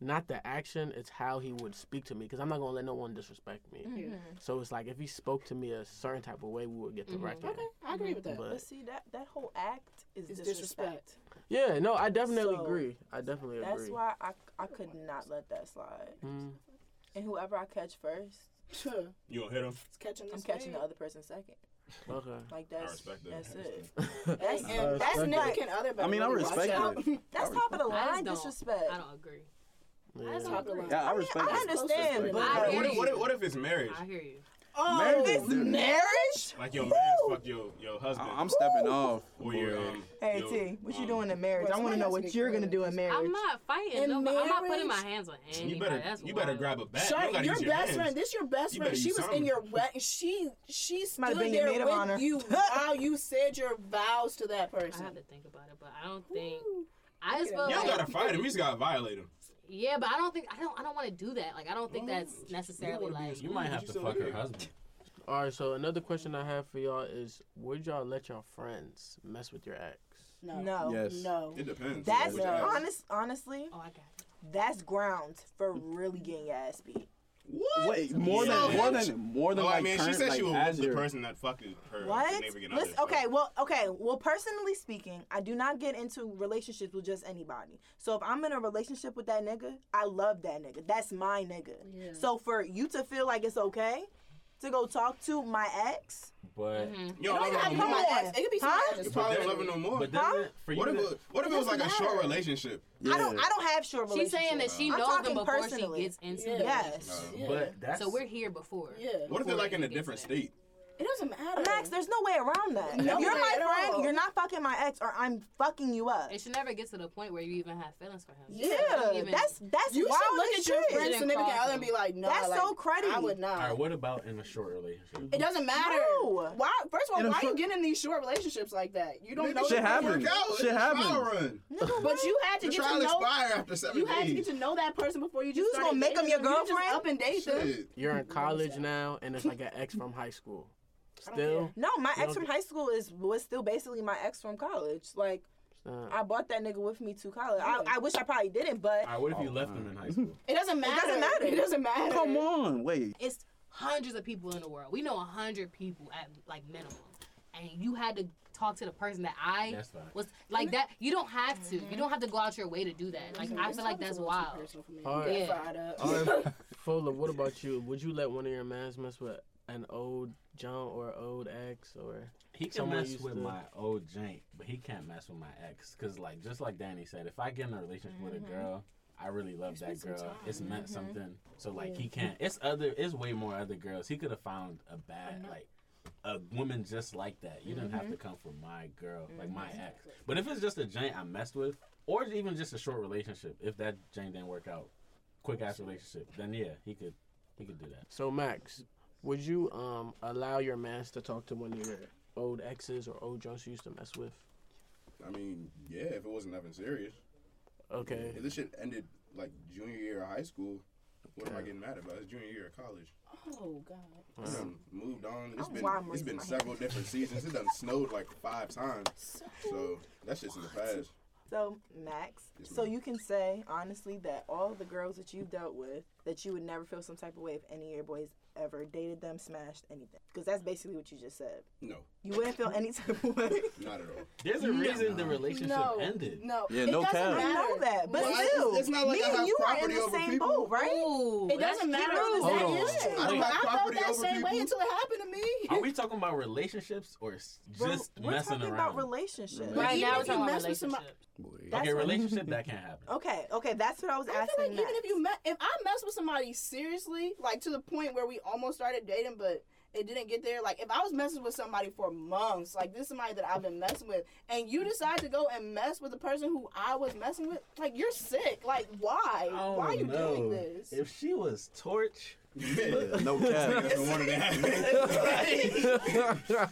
[SPEAKER 3] not the action; it's how he would speak to me because I'm not gonna let no one disrespect me.
[SPEAKER 7] Mm. Mm-hmm.
[SPEAKER 6] Yeah.
[SPEAKER 3] So it's like if he spoke to me a certain type of way, we would get the record.
[SPEAKER 6] Mm-hmm. Okay, I agree with that.
[SPEAKER 3] But-
[SPEAKER 7] But see that that whole act is
[SPEAKER 6] It's
[SPEAKER 7] disrespect.
[SPEAKER 6] disrespect.
[SPEAKER 3] Yeah, no, I definitely
[SPEAKER 7] So,
[SPEAKER 3] agree. I definitely agree.
[SPEAKER 7] That's why I I could not let that slide.
[SPEAKER 3] Mm.
[SPEAKER 7] And whoever I catch first,
[SPEAKER 6] <laughs> Sure.
[SPEAKER 10] You gonna hit him?
[SPEAKER 6] It's catching
[SPEAKER 7] I'm
[SPEAKER 6] this
[SPEAKER 7] catching the
[SPEAKER 6] wave.
[SPEAKER 7] other person second.
[SPEAKER 3] Okay. <laughs>
[SPEAKER 7] Like that's
[SPEAKER 10] respect that.
[SPEAKER 7] that's
[SPEAKER 10] I
[SPEAKER 7] it.
[SPEAKER 6] That's,
[SPEAKER 7] That's-
[SPEAKER 6] and that's
[SPEAKER 3] respect
[SPEAKER 6] significant other.
[SPEAKER 8] I
[SPEAKER 6] better
[SPEAKER 8] mean, I
[SPEAKER 6] really watch
[SPEAKER 8] respect
[SPEAKER 6] out. <laughs>
[SPEAKER 8] it.
[SPEAKER 7] <laughs> That's
[SPEAKER 8] I
[SPEAKER 7] top of the
[SPEAKER 9] I just
[SPEAKER 7] line
[SPEAKER 9] don't-
[SPEAKER 7] disrespect.
[SPEAKER 9] I don't agree. I
[SPEAKER 3] Yeah.
[SPEAKER 9] just don't agree.
[SPEAKER 8] Yeah, I,
[SPEAKER 7] I mean,
[SPEAKER 8] respect
[SPEAKER 7] I
[SPEAKER 8] it.
[SPEAKER 7] understand,
[SPEAKER 6] Respect
[SPEAKER 7] but
[SPEAKER 9] it. I
[SPEAKER 7] like,
[SPEAKER 10] What
[SPEAKER 9] hear
[SPEAKER 10] if, what,
[SPEAKER 6] <laughs>
[SPEAKER 9] you.
[SPEAKER 10] if, what if it's marriage?
[SPEAKER 9] I hear you.
[SPEAKER 7] oh,
[SPEAKER 8] Marriage is
[SPEAKER 7] it's
[SPEAKER 8] different.
[SPEAKER 7] marriage.
[SPEAKER 10] Like your man fucked your your husband.
[SPEAKER 8] I, am stepping off.
[SPEAKER 10] or your um.
[SPEAKER 7] Hey
[SPEAKER 10] your,
[SPEAKER 7] T, what you
[SPEAKER 10] um,
[SPEAKER 7] doing in marriage?
[SPEAKER 6] Well,
[SPEAKER 7] I want
[SPEAKER 6] somebody
[SPEAKER 7] to know
[SPEAKER 6] has
[SPEAKER 7] what
[SPEAKER 6] to be
[SPEAKER 7] you're gonna
[SPEAKER 6] clear.
[SPEAKER 7] do in marriage.
[SPEAKER 9] I'm not fighting.
[SPEAKER 6] In
[SPEAKER 9] No, I'm not putting my
[SPEAKER 6] marriage?
[SPEAKER 9] hands on anybody.
[SPEAKER 10] You better
[SPEAKER 9] That's
[SPEAKER 10] you better
[SPEAKER 9] wild.
[SPEAKER 10] grab a bat.
[SPEAKER 6] Sorry,
[SPEAKER 10] you gotta
[SPEAKER 6] your
[SPEAKER 10] use your
[SPEAKER 6] best
[SPEAKER 10] hands.
[SPEAKER 6] friend. This your best
[SPEAKER 10] You
[SPEAKER 6] friend.
[SPEAKER 10] better
[SPEAKER 6] She
[SPEAKER 10] use
[SPEAKER 6] was in
[SPEAKER 10] something.
[SPEAKER 6] your wedding. She she stood
[SPEAKER 7] Might have been your
[SPEAKER 6] there
[SPEAKER 7] maid of
[SPEAKER 6] with
[SPEAKER 7] honor. <laughs>
[SPEAKER 6] you while you said your vows to that
[SPEAKER 9] I have
[SPEAKER 6] person.
[SPEAKER 9] to think about it, but I don't think. I just
[SPEAKER 6] at
[SPEAKER 9] feel
[SPEAKER 10] You don't
[SPEAKER 9] like,
[SPEAKER 10] gotta fight him. You just gotta violate him.
[SPEAKER 9] yeah, but I don't think I don't I don't want to do that. Like I don't think that's necessarily like
[SPEAKER 4] You might have to fuck her husband.
[SPEAKER 3] All right. So another question I have for y'all is: Would y'all let your friends mess with your ex?
[SPEAKER 6] No,
[SPEAKER 7] no,
[SPEAKER 8] Yes.
[SPEAKER 6] no.
[SPEAKER 5] It depends.
[SPEAKER 7] that's
[SPEAKER 5] Which ass.
[SPEAKER 7] honest. Honestly,
[SPEAKER 9] Oh, I got it.
[SPEAKER 7] that's grounds for really getting your ass beat.
[SPEAKER 8] Wait, more than more than more than
[SPEAKER 5] Oh,
[SPEAKER 8] like
[SPEAKER 5] I mean, she
[SPEAKER 8] current,
[SPEAKER 5] said
[SPEAKER 8] like,
[SPEAKER 5] she would
[SPEAKER 8] as
[SPEAKER 5] whoop the
[SPEAKER 8] your-
[SPEAKER 5] person that fucked her.
[SPEAKER 7] What?
[SPEAKER 5] significant
[SPEAKER 7] Listen,
[SPEAKER 5] other, so-
[SPEAKER 7] okay, well, okay, well, personally speaking, I do not get into relationships with just anybody. So if I'm in a relationship with that nigga, I love that nigga. That's my nigga. So for you to feel like it's okay to go talk to my ex,
[SPEAKER 4] But
[SPEAKER 5] You don't love her
[SPEAKER 7] have
[SPEAKER 5] no
[SPEAKER 7] no
[SPEAKER 5] more.
[SPEAKER 7] idea.
[SPEAKER 6] My ex. It could be somebody
[SPEAKER 7] Huh?
[SPEAKER 6] I just
[SPEAKER 5] You probably
[SPEAKER 6] fucked
[SPEAKER 5] don't love
[SPEAKER 6] with.
[SPEAKER 5] her no more.
[SPEAKER 4] but doesn't for you
[SPEAKER 5] What if,
[SPEAKER 4] to-
[SPEAKER 5] it, what if it was like a short
[SPEAKER 7] matter.
[SPEAKER 5] relationship?
[SPEAKER 7] I don't, I don't have short
[SPEAKER 9] She's
[SPEAKER 7] relationships.
[SPEAKER 9] saying that she
[SPEAKER 7] I'm
[SPEAKER 9] knows
[SPEAKER 7] talking
[SPEAKER 9] them before
[SPEAKER 7] personally.
[SPEAKER 9] she gets into
[SPEAKER 6] uh, Yeah.
[SPEAKER 9] the
[SPEAKER 7] Yes.
[SPEAKER 5] No.
[SPEAKER 4] but that's
[SPEAKER 9] So we're here before.
[SPEAKER 6] Yeah.
[SPEAKER 5] What if they're like in a different state?
[SPEAKER 6] It doesn't matter.
[SPEAKER 7] Max, there's no way around that.
[SPEAKER 6] No
[SPEAKER 7] if you're
[SPEAKER 6] way
[SPEAKER 7] my
[SPEAKER 6] at
[SPEAKER 7] friend,
[SPEAKER 6] all.
[SPEAKER 7] you're not fucking my ex, or I'm fucking you up.
[SPEAKER 9] It should never get to the point where you even have feelings for him.
[SPEAKER 6] Yeah.
[SPEAKER 7] Yeah,
[SPEAKER 9] Even-
[SPEAKER 7] that's that's
[SPEAKER 6] you
[SPEAKER 7] wild
[SPEAKER 6] should look
[SPEAKER 7] as
[SPEAKER 6] at your
[SPEAKER 7] shit.
[SPEAKER 6] friend's significant other and be like, no,
[SPEAKER 7] That's
[SPEAKER 6] like,
[SPEAKER 7] so cruddy.
[SPEAKER 6] I would not.
[SPEAKER 3] Um,
[SPEAKER 4] All right, what about in a short relationship?
[SPEAKER 6] It doesn't matter.
[SPEAKER 7] No.
[SPEAKER 6] Why? First of all,
[SPEAKER 8] In a
[SPEAKER 6] why are you
[SPEAKER 8] fir-
[SPEAKER 6] getting in these short relationships like that? You don't know.
[SPEAKER 8] shit
[SPEAKER 6] the person.
[SPEAKER 8] happens.
[SPEAKER 5] Out.
[SPEAKER 8] Shit
[SPEAKER 5] Shit happens. Trial
[SPEAKER 8] happens.
[SPEAKER 5] run.
[SPEAKER 6] But you had to
[SPEAKER 5] The
[SPEAKER 6] get
[SPEAKER 5] trial
[SPEAKER 6] to know.
[SPEAKER 5] expire after seven
[SPEAKER 6] You
[SPEAKER 5] days.
[SPEAKER 6] had to get to know that person before you just.
[SPEAKER 7] just gonna
[SPEAKER 6] started
[SPEAKER 7] make 'em
[SPEAKER 6] dating
[SPEAKER 7] your
[SPEAKER 6] You just
[SPEAKER 7] girlfriend?
[SPEAKER 6] up and date them.
[SPEAKER 5] Shit.
[SPEAKER 3] You're
[SPEAKER 7] <laughs>
[SPEAKER 3] in college now, and it's like an ex from high school. Still,
[SPEAKER 7] No, my
[SPEAKER 3] You don't
[SPEAKER 7] ex from high school is was still basically my ex from college. Like
[SPEAKER 3] uh,
[SPEAKER 7] I bought that nigga with me to college. I, I wish I probably didn't, but
[SPEAKER 4] All right, what if you left him in high school?
[SPEAKER 6] It doesn't matter.
[SPEAKER 7] doesn't matter.
[SPEAKER 6] It doesn't matter.
[SPEAKER 8] Come on, wait.
[SPEAKER 9] It's hundreds of people in the world. We know a hundred people at like minimum, and you had to talk to the person that I
[SPEAKER 4] That's fine.
[SPEAKER 9] was like that. You don't have to.
[SPEAKER 7] Mm-hmm.
[SPEAKER 9] You don't have to go out your way to do that. Like I feel like that's wild.
[SPEAKER 3] all right,
[SPEAKER 9] Yeah.
[SPEAKER 6] Fried up.
[SPEAKER 3] Fola, what about you? Would you let one of your mans mess with an old junk or old ex or?
[SPEAKER 4] He can
[SPEAKER 3] Someone
[SPEAKER 4] mess
[SPEAKER 3] used
[SPEAKER 4] with
[SPEAKER 3] to-
[SPEAKER 4] my old jank, but he can't mess with my ex. Cause like just like Danny said, if I get in a relationship with a
[SPEAKER 3] Mm-hmm.
[SPEAKER 4] girl, I really love that girl. It's meant something. So like he can't. It's other. It's way more other girls. He could have found a bad like a woman just like that. You didn't have to
[SPEAKER 3] Mm-hmm.
[SPEAKER 4] come for my girl, like my ex. But if it's just a jank I messed with, or even just a short relationship, if that jank didn't work out, quick ass relationship, then yeah, he could. He could do that.
[SPEAKER 3] So Max, would you um allow your mans to talk to one of your old exes or old junks you used to mess with?
[SPEAKER 5] I mean, yeah, if it wasn't nothing serious.
[SPEAKER 3] Okay.
[SPEAKER 5] If this shit ended like junior year of high school, what am I getting mad about? It's junior year of college.
[SPEAKER 6] Oh God.
[SPEAKER 5] I done moved on. It's
[SPEAKER 7] I'm why
[SPEAKER 5] been
[SPEAKER 7] I'm
[SPEAKER 5] it's
[SPEAKER 7] raising
[SPEAKER 5] been
[SPEAKER 7] my
[SPEAKER 5] several different seasons. It done snowed like five times. So that shit's in the past.
[SPEAKER 7] So Max, so you can say honestly that all the girls that you've dealt with, that you would never feel some type of way if any of your boys ever dated them, smashed anything, because that's basically what you just said.
[SPEAKER 5] No,
[SPEAKER 7] You wouldn't feel any type of way.
[SPEAKER 5] not at all.
[SPEAKER 4] There's a reason the relationship
[SPEAKER 6] No,
[SPEAKER 4] ended.
[SPEAKER 6] no.
[SPEAKER 8] Yeah,
[SPEAKER 6] it
[SPEAKER 8] no
[SPEAKER 6] doesn't
[SPEAKER 8] cap.
[SPEAKER 7] I
[SPEAKER 6] matter.
[SPEAKER 7] know that, but
[SPEAKER 5] Well, I-
[SPEAKER 7] still,
[SPEAKER 5] it's not like
[SPEAKER 7] me
[SPEAKER 5] I have
[SPEAKER 7] and you are in
[SPEAKER 5] property
[SPEAKER 7] the
[SPEAKER 5] over
[SPEAKER 7] same
[SPEAKER 5] people.
[SPEAKER 7] boat, right?
[SPEAKER 9] Ooh,
[SPEAKER 6] It doesn't matter.
[SPEAKER 7] true.
[SPEAKER 6] That
[SPEAKER 4] Hold
[SPEAKER 6] is
[SPEAKER 5] on. I don't
[SPEAKER 6] true.
[SPEAKER 5] have
[SPEAKER 6] felt
[SPEAKER 5] property
[SPEAKER 6] that
[SPEAKER 5] over
[SPEAKER 6] same way
[SPEAKER 5] people.
[SPEAKER 6] until it happened to me.
[SPEAKER 4] Are we talking about relationships or s-
[SPEAKER 7] We're-
[SPEAKER 4] just
[SPEAKER 7] we're
[SPEAKER 4] messing
[SPEAKER 7] talking
[SPEAKER 4] around?
[SPEAKER 7] about relationships.
[SPEAKER 9] Right
[SPEAKER 6] Even
[SPEAKER 9] now,
[SPEAKER 6] if
[SPEAKER 9] it's
[SPEAKER 6] you
[SPEAKER 9] all
[SPEAKER 6] mess with
[SPEAKER 9] relationships.
[SPEAKER 6] somebody-
[SPEAKER 7] That's
[SPEAKER 4] okay,
[SPEAKER 7] what-
[SPEAKER 4] relationship that can't happen.
[SPEAKER 6] Oh,
[SPEAKER 7] Okay, okay, that's what I was
[SPEAKER 6] I
[SPEAKER 7] asking.
[SPEAKER 6] feel like even
[SPEAKER 7] Max.
[SPEAKER 6] if you met, if I mess with somebody seriously, like to the point where we almost started dating, but it didn't get there. Like if I was messing with somebody for months, like this is somebody that I've been messing with, and you decide to go and mess with the person who I was messing with, like you're sick. Like why?
[SPEAKER 4] Oh,
[SPEAKER 6] why are you
[SPEAKER 4] no.
[SPEAKER 6] doing this?
[SPEAKER 4] If she was
[SPEAKER 6] <laughs>
[SPEAKER 4] torch,
[SPEAKER 5] <laughs>
[SPEAKER 8] No cap.
[SPEAKER 5] That's the one that
[SPEAKER 9] <laughs>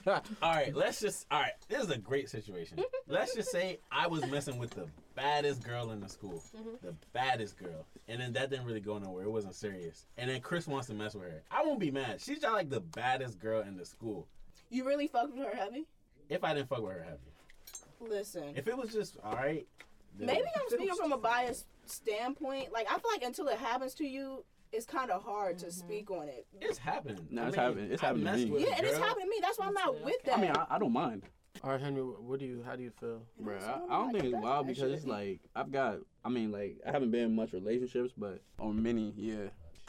[SPEAKER 4] all right. Let's just all right. This is a great situation.
[SPEAKER 6] <laughs>
[SPEAKER 4] let's just say I was messing with the baddest girl in the school,
[SPEAKER 6] Mm-hmm.
[SPEAKER 4] the baddest girl, and then that didn't really go nowhere. It wasn't serious. And then Chris wants to mess with her. I won't be mad. She's not like the baddest girl in the school.
[SPEAKER 6] You really fucked with her heavy?
[SPEAKER 4] If I didn't fuck with her heavy,
[SPEAKER 6] Listen,
[SPEAKER 4] if it was just all right, then-
[SPEAKER 6] maybe I'm speaking
[SPEAKER 4] <laughs>
[SPEAKER 6] from a biased standpoint. Like I feel like until it happens to you, it's kind of hard to
[SPEAKER 7] Mm-hmm.
[SPEAKER 6] speak on it.
[SPEAKER 4] It's happened.
[SPEAKER 8] Nah, it's happened- it's
[SPEAKER 4] I
[SPEAKER 8] happened to
[SPEAKER 4] messed
[SPEAKER 8] me.
[SPEAKER 4] with a
[SPEAKER 6] Yeah, and it's
[SPEAKER 4] girl.
[SPEAKER 6] happened to me. That's why I'm not with that.
[SPEAKER 8] I mean, I, I don't mind.
[SPEAKER 3] All right, Henry, what do you? How do you feel?
[SPEAKER 8] Bro, I, I don't think it's wild because it's like I've got. I mean, like I haven't been in much relationships, but or many, yeah.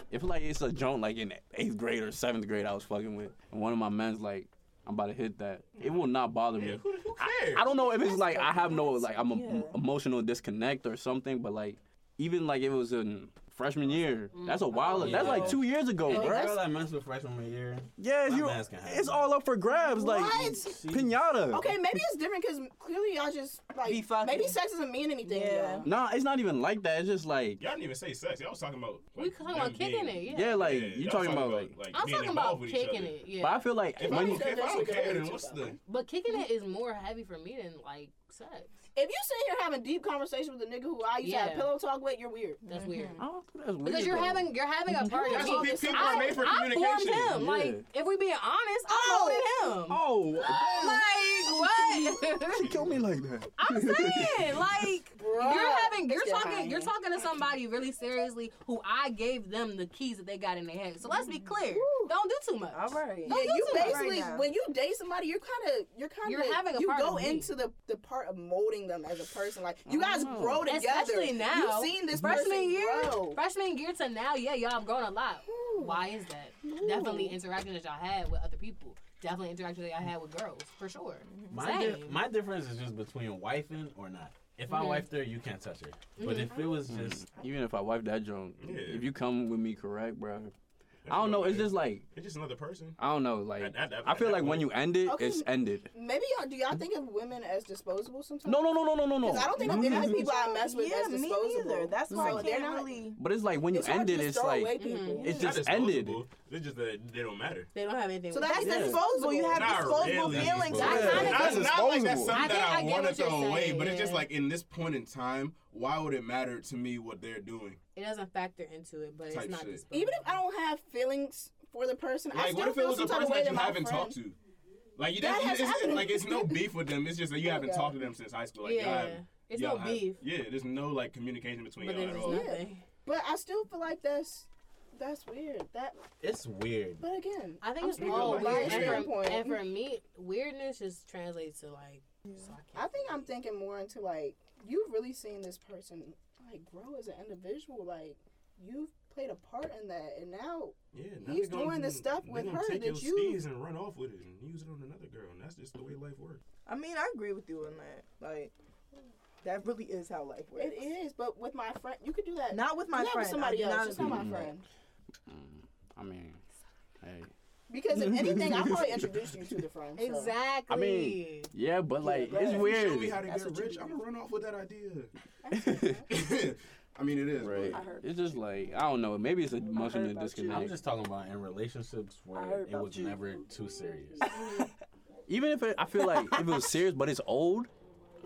[SPEAKER 8] If like it's a joint like in eighth grade or seventh grade, I was fucking with, and one of my men's like, I'm about to hit that. It will not bother me.
[SPEAKER 4] Who, who cares?
[SPEAKER 8] I don't know if it's like I have no
[SPEAKER 7] that's-
[SPEAKER 8] like I'm a
[SPEAKER 7] yeah.
[SPEAKER 8] emotional disconnect or something, but like even like it was in freshman year. That's a while. That's like two years ago,
[SPEAKER 4] The
[SPEAKER 8] bro.
[SPEAKER 4] girl I messed with freshman year.
[SPEAKER 8] Yeah, if
[SPEAKER 4] My
[SPEAKER 8] you.
[SPEAKER 4] man's can have
[SPEAKER 8] It's
[SPEAKER 4] it.
[SPEAKER 8] all up for grabs, like
[SPEAKER 6] What?
[SPEAKER 8] pinata.
[SPEAKER 6] Okay, maybe it's different because clearly y'all just like
[SPEAKER 7] Be fucking.
[SPEAKER 6] maybe sex doesn't mean anything.
[SPEAKER 7] Yeah.
[SPEAKER 6] Yeah.
[SPEAKER 8] Nah, it's not even like that. It's just like
[SPEAKER 10] Y'all didn't even say sex. Y'all was talking about. Like,
[SPEAKER 9] We talking about
[SPEAKER 10] them
[SPEAKER 9] kicking
[SPEAKER 10] being-
[SPEAKER 9] it, yeah.
[SPEAKER 8] yeah, like
[SPEAKER 10] Yeah,
[SPEAKER 8] you
[SPEAKER 10] y'all
[SPEAKER 8] talking about like.
[SPEAKER 10] like
[SPEAKER 9] I'm
[SPEAKER 10] being
[SPEAKER 9] talking
[SPEAKER 10] involved
[SPEAKER 9] about
[SPEAKER 10] with each
[SPEAKER 9] kicking
[SPEAKER 10] other.
[SPEAKER 9] it, yeah.
[SPEAKER 8] But I feel like
[SPEAKER 10] If I, don't-
[SPEAKER 8] when you,
[SPEAKER 10] if I don't
[SPEAKER 6] That's
[SPEAKER 10] care,
[SPEAKER 6] what
[SPEAKER 10] then
[SPEAKER 6] I'm
[SPEAKER 10] what's the?
[SPEAKER 9] But kicking it is more heavy for me than like sex.
[SPEAKER 6] If you sit here having deep conversation with a nigga who I used to
[SPEAKER 9] Yeah.
[SPEAKER 6] have pillow talk with, you're weird.
[SPEAKER 9] That's weird.
[SPEAKER 8] I don't think that's weird.
[SPEAKER 9] Because you're
[SPEAKER 8] though.
[SPEAKER 9] having you're having a party.
[SPEAKER 10] That's what pe- people
[SPEAKER 9] I,
[SPEAKER 10] are made for
[SPEAKER 9] I formed
[SPEAKER 10] communication.
[SPEAKER 9] him. Like if we being honest, I formed him.
[SPEAKER 8] Oh,
[SPEAKER 9] Like what?
[SPEAKER 8] she killed me like that.
[SPEAKER 9] I'm saying, like you're
[SPEAKER 6] Bruh,
[SPEAKER 9] having, you're
[SPEAKER 6] it's been
[SPEAKER 9] talking,
[SPEAKER 6] high.
[SPEAKER 9] you're talking to somebody really seriously who I gave them the keys that they got in their head. So let's be clear. Don't do too much.
[SPEAKER 7] <laughs> All right.
[SPEAKER 6] Yeah, you
[SPEAKER 9] do too much
[SPEAKER 6] basically
[SPEAKER 7] now.
[SPEAKER 6] when you date somebody, you're kind of you're kind
[SPEAKER 9] You're having a
[SPEAKER 6] of you
[SPEAKER 9] part
[SPEAKER 6] go
[SPEAKER 9] of me.
[SPEAKER 6] into the the part of molding them as a person. Like you guys grow together.
[SPEAKER 9] Oh. Especially now,
[SPEAKER 6] you've seen this
[SPEAKER 9] freshman
[SPEAKER 6] person
[SPEAKER 9] year,
[SPEAKER 6] grow.
[SPEAKER 9] freshman year to now, yeah, y'all have grown a lot. Why is that? Definitely interaction that y'all had with other people. Definitely interaction that y'all had with girls, for sure.
[SPEAKER 4] My,
[SPEAKER 9] Same.
[SPEAKER 4] di- my difference is just between wifing or not. If I wifed her, you can't touch her. But if it was
[SPEAKER 8] Mm-hmm.
[SPEAKER 4] just
[SPEAKER 8] Even if I wipe that joint,
[SPEAKER 10] Yeah.
[SPEAKER 8] if you come with me correct, bro. I don't know. It's just like
[SPEAKER 10] It's just another person.
[SPEAKER 8] I don't know. Like
[SPEAKER 10] At- at- at
[SPEAKER 8] I feel
[SPEAKER 10] that
[SPEAKER 8] like when
[SPEAKER 10] point.
[SPEAKER 8] you end it,
[SPEAKER 6] Okay.
[SPEAKER 8] it's ended.
[SPEAKER 6] Maybe y'all do y'all think of women as disposable sometimes?
[SPEAKER 8] No, no, no, no, no, no, no.
[SPEAKER 6] 'Cause I don't think of any of the people I mess with
[SPEAKER 7] yeah,
[SPEAKER 6] as
[SPEAKER 7] me
[SPEAKER 6] disposable.
[SPEAKER 7] neither. That's why
[SPEAKER 6] So
[SPEAKER 7] I
[SPEAKER 6] they're
[SPEAKER 7] can't
[SPEAKER 6] not-
[SPEAKER 7] really.
[SPEAKER 8] But it's like when you
[SPEAKER 6] It's hard
[SPEAKER 8] end
[SPEAKER 6] to
[SPEAKER 8] it,
[SPEAKER 6] just
[SPEAKER 8] it's
[SPEAKER 6] throw
[SPEAKER 8] like
[SPEAKER 6] away people.
[SPEAKER 8] it's
[SPEAKER 10] Not
[SPEAKER 8] just ended.
[SPEAKER 10] disposable. It's just that they don't matter.
[SPEAKER 9] They don't have anything.
[SPEAKER 6] So
[SPEAKER 9] with
[SPEAKER 6] that's
[SPEAKER 9] me.
[SPEAKER 8] Yeah.
[SPEAKER 6] disposable.
[SPEAKER 7] You have
[SPEAKER 10] Not
[SPEAKER 7] disposable
[SPEAKER 10] really.
[SPEAKER 7] feelings.
[SPEAKER 10] Yeah.
[SPEAKER 7] I kinda
[SPEAKER 10] Not,
[SPEAKER 8] That's
[SPEAKER 10] not like that's
[SPEAKER 8] disposable.
[SPEAKER 10] something
[SPEAKER 9] I get-
[SPEAKER 10] that
[SPEAKER 9] I
[SPEAKER 10] I,
[SPEAKER 9] get
[SPEAKER 10] want to
[SPEAKER 9] what you're
[SPEAKER 10] throw away,
[SPEAKER 9] saying,
[SPEAKER 10] but it's just
[SPEAKER 9] yeah.
[SPEAKER 10] like in this point in time, why would it matter to me what they're doing?
[SPEAKER 9] It doesn't factor into it, but it's
[SPEAKER 10] Type
[SPEAKER 9] not
[SPEAKER 10] shit.
[SPEAKER 9] disposable.
[SPEAKER 6] even if I don't have feelings for the person, I
[SPEAKER 10] Like,
[SPEAKER 6] still
[SPEAKER 10] what if
[SPEAKER 6] feel
[SPEAKER 10] it was
[SPEAKER 6] some
[SPEAKER 10] a
[SPEAKER 6] type of
[SPEAKER 10] person
[SPEAKER 6] way
[SPEAKER 10] that
[SPEAKER 6] to
[SPEAKER 10] you
[SPEAKER 6] my
[SPEAKER 10] haven't
[SPEAKER 6] friend.
[SPEAKER 10] talked to? Like, you
[SPEAKER 6] That
[SPEAKER 10] didn't,
[SPEAKER 6] has
[SPEAKER 10] it's, it's,
[SPEAKER 6] happened.
[SPEAKER 10] like it's no beef with them. It's just that you haven't
[SPEAKER 6] God.
[SPEAKER 10] talked to them since high school. Like, y'all
[SPEAKER 9] Yeah.
[SPEAKER 10] haven't-
[SPEAKER 9] It's
[SPEAKER 10] y'all
[SPEAKER 9] no
[SPEAKER 10] haven't-
[SPEAKER 9] beef.
[SPEAKER 10] Yeah, there's no like communication between
[SPEAKER 9] But
[SPEAKER 10] y'all
[SPEAKER 9] there's
[SPEAKER 10] at
[SPEAKER 9] just
[SPEAKER 10] all.
[SPEAKER 9] nothing.
[SPEAKER 6] But I still feel like that's that's weird. That,
[SPEAKER 4] it's weird.
[SPEAKER 6] but again,
[SPEAKER 9] I think
[SPEAKER 6] I'm
[SPEAKER 9] it's
[SPEAKER 6] speaking
[SPEAKER 9] all
[SPEAKER 6] from a
[SPEAKER 9] weird.
[SPEAKER 6] biased
[SPEAKER 9] And for,
[SPEAKER 6] standpoint.
[SPEAKER 9] and for me, weirdness just translates to like. so I
[SPEAKER 6] I
[SPEAKER 9] can't-
[SPEAKER 6] think I'm thinking more into like you've really seen this person like grow as an individual. Like you've played a part in that, and now
[SPEAKER 10] Yeah,
[SPEAKER 6] now He's they gonna- doing the stuff they with gonna her take that your you- steez
[SPEAKER 10] and run off with it and use it on another girl, and that's just the way life works.
[SPEAKER 7] I mean, I agree with you on that. Like, that really is how life works.
[SPEAKER 6] it is. But with my friend, you could do that.
[SPEAKER 7] Not with my
[SPEAKER 6] not
[SPEAKER 7] friend.
[SPEAKER 6] with somebody
[SPEAKER 7] I do
[SPEAKER 6] else.
[SPEAKER 7] not
[SPEAKER 6] Just not my
[SPEAKER 7] agree with
[SPEAKER 6] friend.
[SPEAKER 8] I mean, hey.
[SPEAKER 7] <laughs>
[SPEAKER 6] Because if anything, I probably introduced you to the friend. so.
[SPEAKER 9] Exactly.
[SPEAKER 8] I mean, yeah, but like it's
[SPEAKER 10] Show me
[SPEAKER 8] weird.
[SPEAKER 10] how to get rich. I'm gonna run off with that <laughs> idea.
[SPEAKER 5] I mean, it is.
[SPEAKER 8] Right.
[SPEAKER 5] Right.
[SPEAKER 7] heard-
[SPEAKER 8] It's just like I don't know. Maybe it's emotional
[SPEAKER 7] about you.
[SPEAKER 8] disconnect.
[SPEAKER 4] I'm just talking about in relationships where
[SPEAKER 7] heard
[SPEAKER 4] it
[SPEAKER 7] about
[SPEAKER 4] was
[SPEAKER 7] you.
[SPEAKER 4] never too serious.
[SPEAKER 8] Even if it, I feel like if it was serious, but it's old,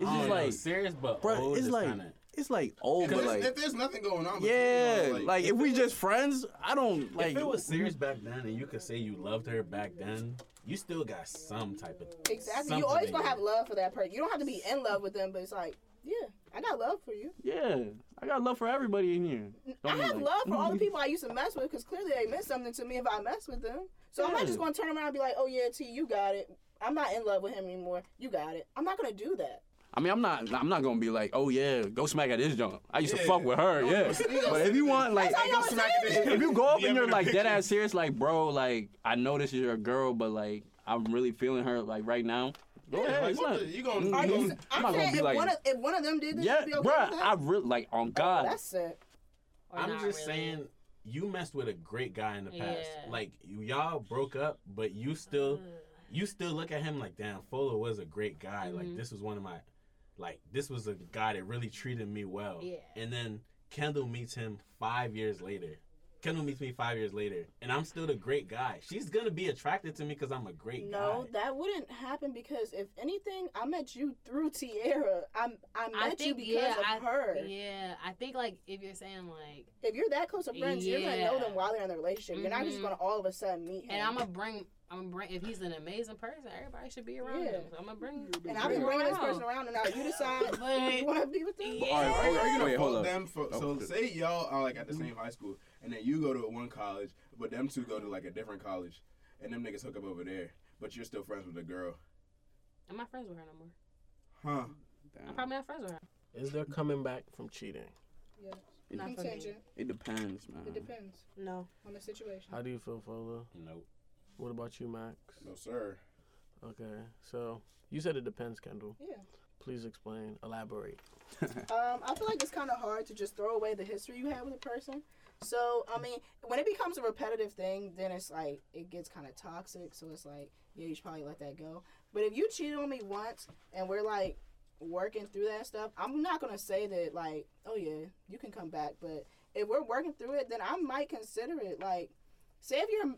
[SPEAKER 8] it's
[SPEAKER 4] I
[SPEAKER 8] just
[SPEAKER 4] don't know,
[SPEAKER 8] like,
[SPEAKER 4] serious, but
[SPEAKER 8] bro,
[SPEAKER 4] Oh, old
[SPEAKER 8] it's
[SPEAKER 4] is
[SPEAKER 8] like,
[SPEAKER 4] kinda-
[SPEAKER 8] it's like old, but
[SPEAKER 5] Because
[SPEAKER 8] like,
[SPEAKER 5] if there's nothing going on, between
[SPEAKER 8] yeah,
[SPEAKER 5] y'all,
[SPEAKER 8] like, if we just friends, I don't like.
[SPEAKER 4] if it was serious back then and you could say you loved her back then, you still got some type of
[SPEAKER 6] Exactly.
[SPEAKER 4] something
[SPEAKER 6] You always
[SPEAKER 4] in
[SPEAKER 6] gonna
[SPEAKER 4] you.
[SPEAKER 6] have love for that person. You don't have to be in love with them, but it's like, yeah,
[SPEAKER 7] I got love for you.
[SPEAKER 8] Yeah, I got love for everybody in here. Don't
[SPEAKER 7] I
[SPEAKER 8] be
[SPEAKER 7] have
[SPEAKER 8] like-
[SPEAKER 7] love
[SPEAKER 8] <laughs>
[SPEAKER 7] for all the people I used to mess with because clearly they meant something to me if I mess with them. So I'm not
[SPEAKER 8] Yeah.
[SPEAKER 7] just gonna turn around and be like, "Oh yeah, T, you got it. I'm not in love with him anymore. You got it." I'm not gonna do that.
[SPEAKER 8] I mean, I'm not. I'm not gonna be like, oh yeah, go smack at this junk. I used to fuck with her, yeah. But if you want, like,
[SPEAKER 7] That's how y'all
[SPEAKER 5] smack
[SPEAKER 7] was
[SPEAKER 5] it in.
[SPEAKER 7] saying.
[SPEAKER 8] if you go up
[SPEAKER 5] Yeah,
[SPEAKER 8] and you're
[SPEAKER 5] but
[SPEAKER 8] like
[SPEAKER 5] the
[SPEAKER 8] dead
[SPEAKER 5] picture-
[SPEAKER 8] ass serious, like, bro, like, I know this is your girl, but like, I'm really feeling her, like, right now. Go
[SPEAKER 5] Yeah,
[SPEAKER 8] ahead.
[SPEAKER 5] like,
[SPEAKER 8] it's
[SPEAKER 5] <laughs> what
[SPEAKER 8] not-
[SPEAKER 5] the- you gonna-
[SPEAKER 8] Mm,
[SPEAKER 5] Are you-
[SPEAKER 8] mm, I'm
[SPEAKER 7] I'm,
[SPEAKER 8] not gonna
[SPEAKER 7] saying
[SPEAKER 8] be
[SPEAKER 7] if,
[SPEAKER 8] like,
[SPEAKER 7] one of, if one of them did this,
[SPEAKER 8] yeah,
[SPEAKER 7] you'd be okay
[SPEAKER 8] bruh.
[SPEAKER 7] with
[SPEAKER 8] I
[SPEAKER 7] that?
[SPEAKER 8] really like on
[SPEAKER 7] Oh,
[SPEAKER 8] God.
[SPEAKER 7] that's sick.
[SPEAKER 9] Or
[SPEAKER 4] I'm
[SPEAKER 9] not
[SPEAKER 4] just
[SPEAKER 9] really.
[SPEAKER 4] saying, you messed with a great guy in the past.
[SPEAKER 9] Yeah. Mm-hmm.
[SPEAKER 4] Like you, y'all broke up, but you still, you still look at him like, damn, Fuller was a great guy. Like
[SPEAKER 9] Mhm.
[SPEAKER 4] this was one of my, like this was a guy that really treated me well.
[SPEAKER 9] Yeah.
[SPEAKER 4] And then Kendall meets him five years later. Kendall meets me five years later, and I'm still the great guy. She's gonna be attracted to me because I'm a great
[SPEAKER 7] No,
[SPEAKER 4] guy.
[SPEAKER 7] that wouldn't happen because if anything, I met you through Tierra. I I met
[SPEAKER 9] I
[SPEAKER 7] you
[SPEAKER 9] think
[SPEAKER 7] because
[SPEAKER 9] yeah,
[SPEAKER 7] of
[SPEAKER 9] I,
[SPEAKER 7] her.
[SPEAKER 9] yeah. I think like if you're saying like,
[SPEAKER 7] If you're that close of friends, you're gonna
[SPEAKER 9] Yeah.
[SPEAKER 7] know them while they're in the relationship. You're not just
[SPEAKER 9] Mhm.
[SPEAKER 7] gonna all of a sudden meet him.
[SPEAKER 9] and I'm gonna bring, I'm gonna bring. If he's an amazing person, everybody should be around
[SPEAKER 7] Yeah.
[SPEAKER 9] him. So I'm gonna bring.
[SPEAKER 7] And I've been
[SPEAKER 9] bring
[SPEAKER 7] bringing
[SPEAKER 9] him
[SPEAKER 7] this person around, and now you decide <laughs>
[SPEAKER 9] <laughs> But-
[SPEAKER 7] you want to be with them.
[SPEAKER 9] Yeah.
[SPEAKER 5] All right, are, you- are you gonna
[SPEAKER 8] Wait, hold
[SPEAKER 5] fault
[SPEAKER 8] up.
[SPEAKER 5] them for?
[SPEAKER 8] Oh,
[SPEAKER 5] so
[SPEAKER 8] shit.
[SPEAKER 5] say y'all are like at the same high school, and then you go to one college, but them two go to like a different college, and them niggas hook up over there, but you're still friends with the girl,
[SPEAKER 9] I'm not friends with her no more.
[SPEAKER 5] huh?
[SPEAKER 9] I'm probably not friends with her.
[SPEAKER 3] <laughs> Is there coming back from cheating?
[SPEAKER 9] Not for me.
[SPEAKER 7] Contingent.
[SPEAKER 8] It depends, man.
[SPEAKER 7] It depends
[SPEAKER 11] No.
[SPEAKER 7] on the situation.
[SPEAKER 3] How do you feel, Fola?
[SPEAKER 4] Nope.
[SPEAKER 3] What about you, Max?
[SPEAKER 5] No sir.
[SPEAKER 3] Okay, so you said it depends, Kendall.
[SPEAKER 7] Yeah.
[SPEAKER 3] Please explain, elaborate.
[SPEAKER 7] Um, I feel like it's kind of hard to just throw away the history you had with a person. So I mean, when it becomes a repetitive thing, then it's like it gets kind of toxic. So it's like, yeah, you should probably let that go. But if you cheated on me once and we're like working through that stuff, I'm not gonna say that like, oh yeah, you can come back. But if we're working through it, then I might consider it. Like, say if you're,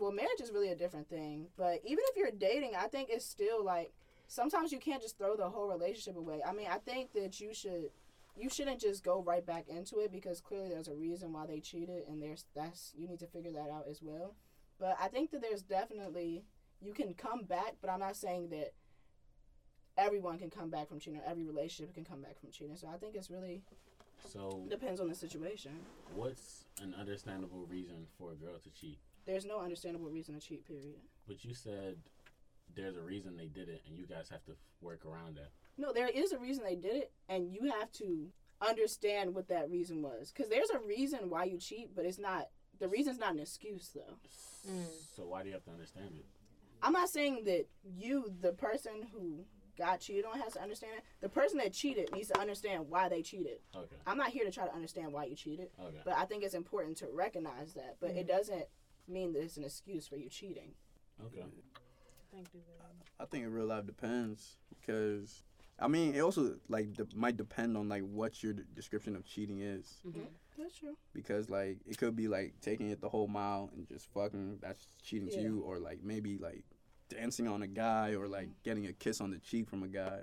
[SPEAKER 7] well, marriage is really a different thing. But even if you're dating, I think it's still like sometimes you can't just throw the whole relationship away. I mean, I think that you should you shouldn't just go right back into it because clearly there's a reason why they cheated and there's that's you need to figure that out as well. But I think that there's definitely you can come back, but I'm not saying that everyone can come back from cheating or every relationship can come back from cheating. So I think it's really
[SPEAKER 4] So,
[SPEAKER 7] depends on the situation.
[SPEAKER 4] what's an understandable reason for a girl to cheat?
[SPEAKER 7] There's no understandable reason to cheat, period.
[SPEAKER 4] But you said there's a reason they did it, and you guys have to f- work around that.
[SPEAKER 7] No, there is a reason they did it, and you have to understand what that reason was. Because there's a reason why you cheat, but it's not the reason's not an excuse though.
[SPEAKER 8] Mm.
[SPEAKER 4] So why do you have to understand it?
[SPEAKER 7] I'm not saying that you, the person who got cheated on, has to understand it. The person that cheated needs to understand why they cheated.
[SPEAKER 4] Okay.
[SPEAKER 7] I'm not here to try to understand why you cheated,
[SPEAKER 4] Okay.
[SPEAKER 7] but I think it's important to recognize that. But it doesn't mean that it's an excuse for you cheating.
[SPEAKER 4] Okay.
[SPEAKER 8] I think in real life depends because I mean it also like de- might depend on like what your d- description of cheating is
[SPEAKER 7] That's true.
[SPEAKER 8] because like it could be like taking it the whole mile and just fucking that's cheating to
[SPEAKER 7] Yeah.
[SPEAKER 8] you or like maybe like dancing on a guy or like
[SPEAKER 7] Mm.
[SPEAKER 8] getting a kiss on the cheek from a guy.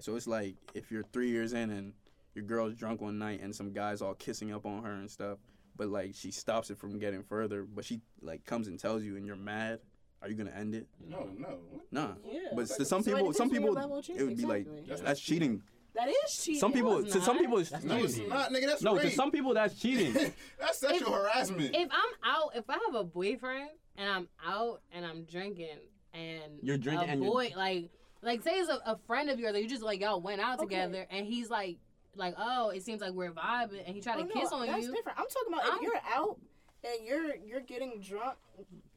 [SPEAKER 8] So it's like if you're three years in and your girl's drunk one night and some guys all kissing up on her and stuff, but like she stops it from getting further, but she like comes and tells you and you're mad. Are you gonna end it?
[SPEAKER 5] No, no. What?
[SPEAKER 8] Nah.
[SPEAKER 7] Yeah.
[SPEAKER 8] But to
[SPEAKER 5] Like,
[SPEAKER 8] some
[SPEAKER 7] so it
[SPEAKER 8] people, some
[SPEAKER 7] depends on your
[SPEAKER 8] people,
[SPEAKER 7] level of cheating,
[SPEAKER 8] it would be like
[SPEAKER 7] exactly.
[SPEAKER 8] that's,
[SPEAKER 4] Yeah.
[SPEAKER 8] cheating.
[SPEAKER 7] That is cheating.
[SPEAKER 8] Some people,
[SPEAKER 9] it's
[SPEAKER 8] to some
[SPEAKER 9] not.
[SPEAKER 8] people, it's
[SPEAKER 5] No, it's not, nigga. That's
[SPEAKER 8] no. To
[SPEAKER 5] rape.
[SPEAKER 8] some people, that's cheating.
[SPEAKER 5] <laughs> that's sexual harassment.
[SPEAKER 9] If I'm out, if I have a boyfriend and I'm out and I'm drinking and
[SPEAKER 8] You're drinking
[SPEAKER 9] a
[SPEAKER 8] and you're-
[SPEAKER 9] boy like like say it's a, a friend of yours that you just like y'all went out
[SPEAKER 7] Okay.
[SPEAKER 9] together and he's like like oh it seems like we're vibing and he tried to
[SPEAKER 7] Oh, no,
[SPEAKER 9] kiss on
[SPEAKER 7] that's
[SPEAKER 9] you
[SPEAKER 7] different. I'm talking about if
[SPEAKER 9] I'm-
[SPEAKER 7] you're out and you're you're getting drunk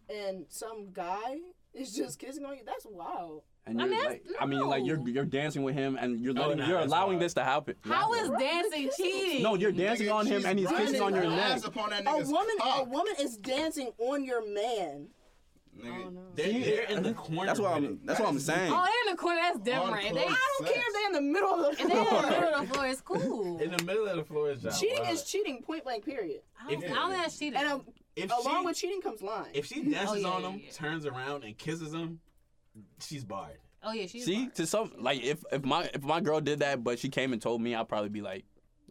[SPEAKER 7] and some guy is just kissing on you. That's wild.
[SPEAKER 8] and
[SPEAKER 9] I
[SPEAKER 8] you're
[SPEAKER 9] mean,
[SPEAKER 8] like, I mean, like you're
[SPEAKER 9] no.
[SPEAKER 8] you're dancing with him and you're
[SPEAKER 4] Oh,
[SPEAKER 8] letting,
[SPEAKER 4] nah,
[SPEAKER 8] you're
[SPEAKER 4] that's
[SPEAKER 8] allowing
[SPEAKER 4] wild.
[SPEAKER 8] this to happen.
[SPEAKER 9] how is
[SPEAKER 7] Right, <laughs>
[SPEAKER 9] dancing
[SPEAKER 7] because-
[SPEAKER 9] cheating Oh,
[SPEAKER 8] no, you're dancing
[SPEAKER 5] Nigga,
[SPEAKER 8] on him
[SPEAKER 5] she's
[SPEAKER 8] and he's kissing
[SPEAKER 5] grinding
[SPEAKER 8] on your
[SPEAKER 5] her
[SPEAKER 8] neck.
[SPEAKER 5] ass upon that
[SPEAKER 7] A
[SPEAKER 5] nigga's
[SPEAKER 7] woman, a
[SPEAKER 5] cock,
[SPEAKER 7] woman is dancing on your man.
[SPEAKER 5] nigga.
[SPEAKER 4] They're, they're in the
[SPEAKER 8] <laughs>
[SPEAKER 4] corner.
[SPEAKER 8] That's what
[SPEAKER 4] with
[SPEAKER 8] I'm.
[SPEAKER 4] it.
[SPEAKER 8] That's what I'm saying.
[SPEAKER 9] oh they're in the corner that's different if they,
[SPEAKER 5] close.
[SPEAKER 9] if
[SPEAKER 7] I don't care if they're in the middle of the
[SPEAKER 9] they in
[SPEAKER 7] floor.
[SPEAKER 8] <laughs>
[SPEAKER 9] the <laughs> middle of the floor it's cool
[SPEAKER 4] In the middle of the floor is not
[SPEAKER 7] cheating
[SPEAKER 4] wild.
[SPEAKER 7] is cheating, point blank, period.
[SPEAKER 9] I don't,
[SPEAKER 4] If-
[SPEAKER 9] I don't think that's cheating
[SPEAKER 7] And um,
[SPEAKER 4] if
[SPEAKER 7] along
[SPEAKER 4] she,
[SPEAKER 7] with cheating comes lying.
[SPEAKER 8] <laughs>
[SPEAKER 4] if she dances
[SPEAKER 9] Oh, yeah,
[SPEAKER 4] on
[SPEAKER 9] yeah,
[SPEAKER 4] him,
[SPEAKER 9] yeah.
[SPEAKER 4] turns around and kisses him, she's barred.
[SPEAKER 9] oh yeah she's
[SPEAKER 8] See,
[SPEAKER 9] smart.
[SPEAKER 8] to some like if if my if my girl did that, but she came and told me, I'd probably be like,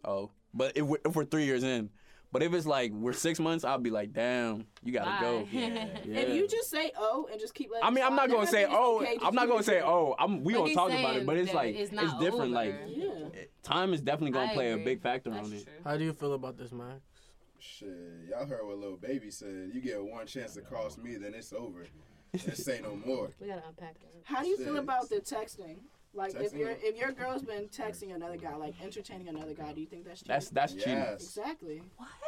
[SPEAKER 8] oh. But if we're, if we're three years in, but if it's like we're six months, I'll be like, damn, you gotta go.
[SPEAKER 9] Bye. <laughs>
[SPEAKER 8] Yeah.
[SPEAKER 7] If you just say oh and just keep letting
[SPEAKER 8] I mean,
[SPEAKER 7] it
[SPEAKER 8] I'm
[SPEAKER 7] slide,
[SPEAKER 8] not gonna
[SPEAKER 7] then
[SPEAKER 8] say
[SPEAKER 7] it's
[SPEAKER 8] oh.
[SPEAKER 7] okay to
[SPEAKER 8] I'm not
[SPEAKER 7] keep
[SPEAKER 8] gonna
[SPEAKER 7] it
[SPEAKER 8] say
[SPEAKER 7] cheating.
[SPEAKER 8] oh. I'm we
[SPEAKER 9] But
[SPEAKER 8] gonna
[SPEAKER 9] he's
[SPEAKER 8] talk about
[SPEAKER 9] saying
[SPEAKER 8] it, but it's
[SPEAKER 9] that
[SPEAKER 8] like
[SPEAKER 9] it's
[SPEAKER 8] it's,
[SPEAKER 9] not
[SPEAKER 8] different.
[SPEAKER 9] over.
[SPEAKER 8] Like
[SPEAKER 7] Yeah.
[SPEAKER 8] it- time is definitely gonna
[SPEAKER 9] I
[SPEAKER 8] play
[SPEAKER 9] agree.
[SPEAKER 8] a big factor
[SPEAKER 9] That's
[SPEAKER 8] on it.
[SPEAKER 9] true.
[SPEAKER 3] How do you feel about this, Max?
[SPEAKER 5] Shit, y'all heard what little baby said. You get one chance to cross me, then
[SPEAKER 8] <laughs>
[SPEAKER 5] it's over. This ain't no more.
[SPEAKER 9] We gotta unpack that.
[SPEAKER 6] How do you feel
[SPEAKER 5] Shit.
[SPEAKER 6] about the texting? Like if
[SPEAKER 5] Texting?
[SPEAKER 6] your if your girl's been texting another guy, like entertaining another guy, do you think that's cheating?
[SPEAKER 8] That's that's cheating.
[SPEAKER 5] Yes.
[SPEAKER 6] exactly.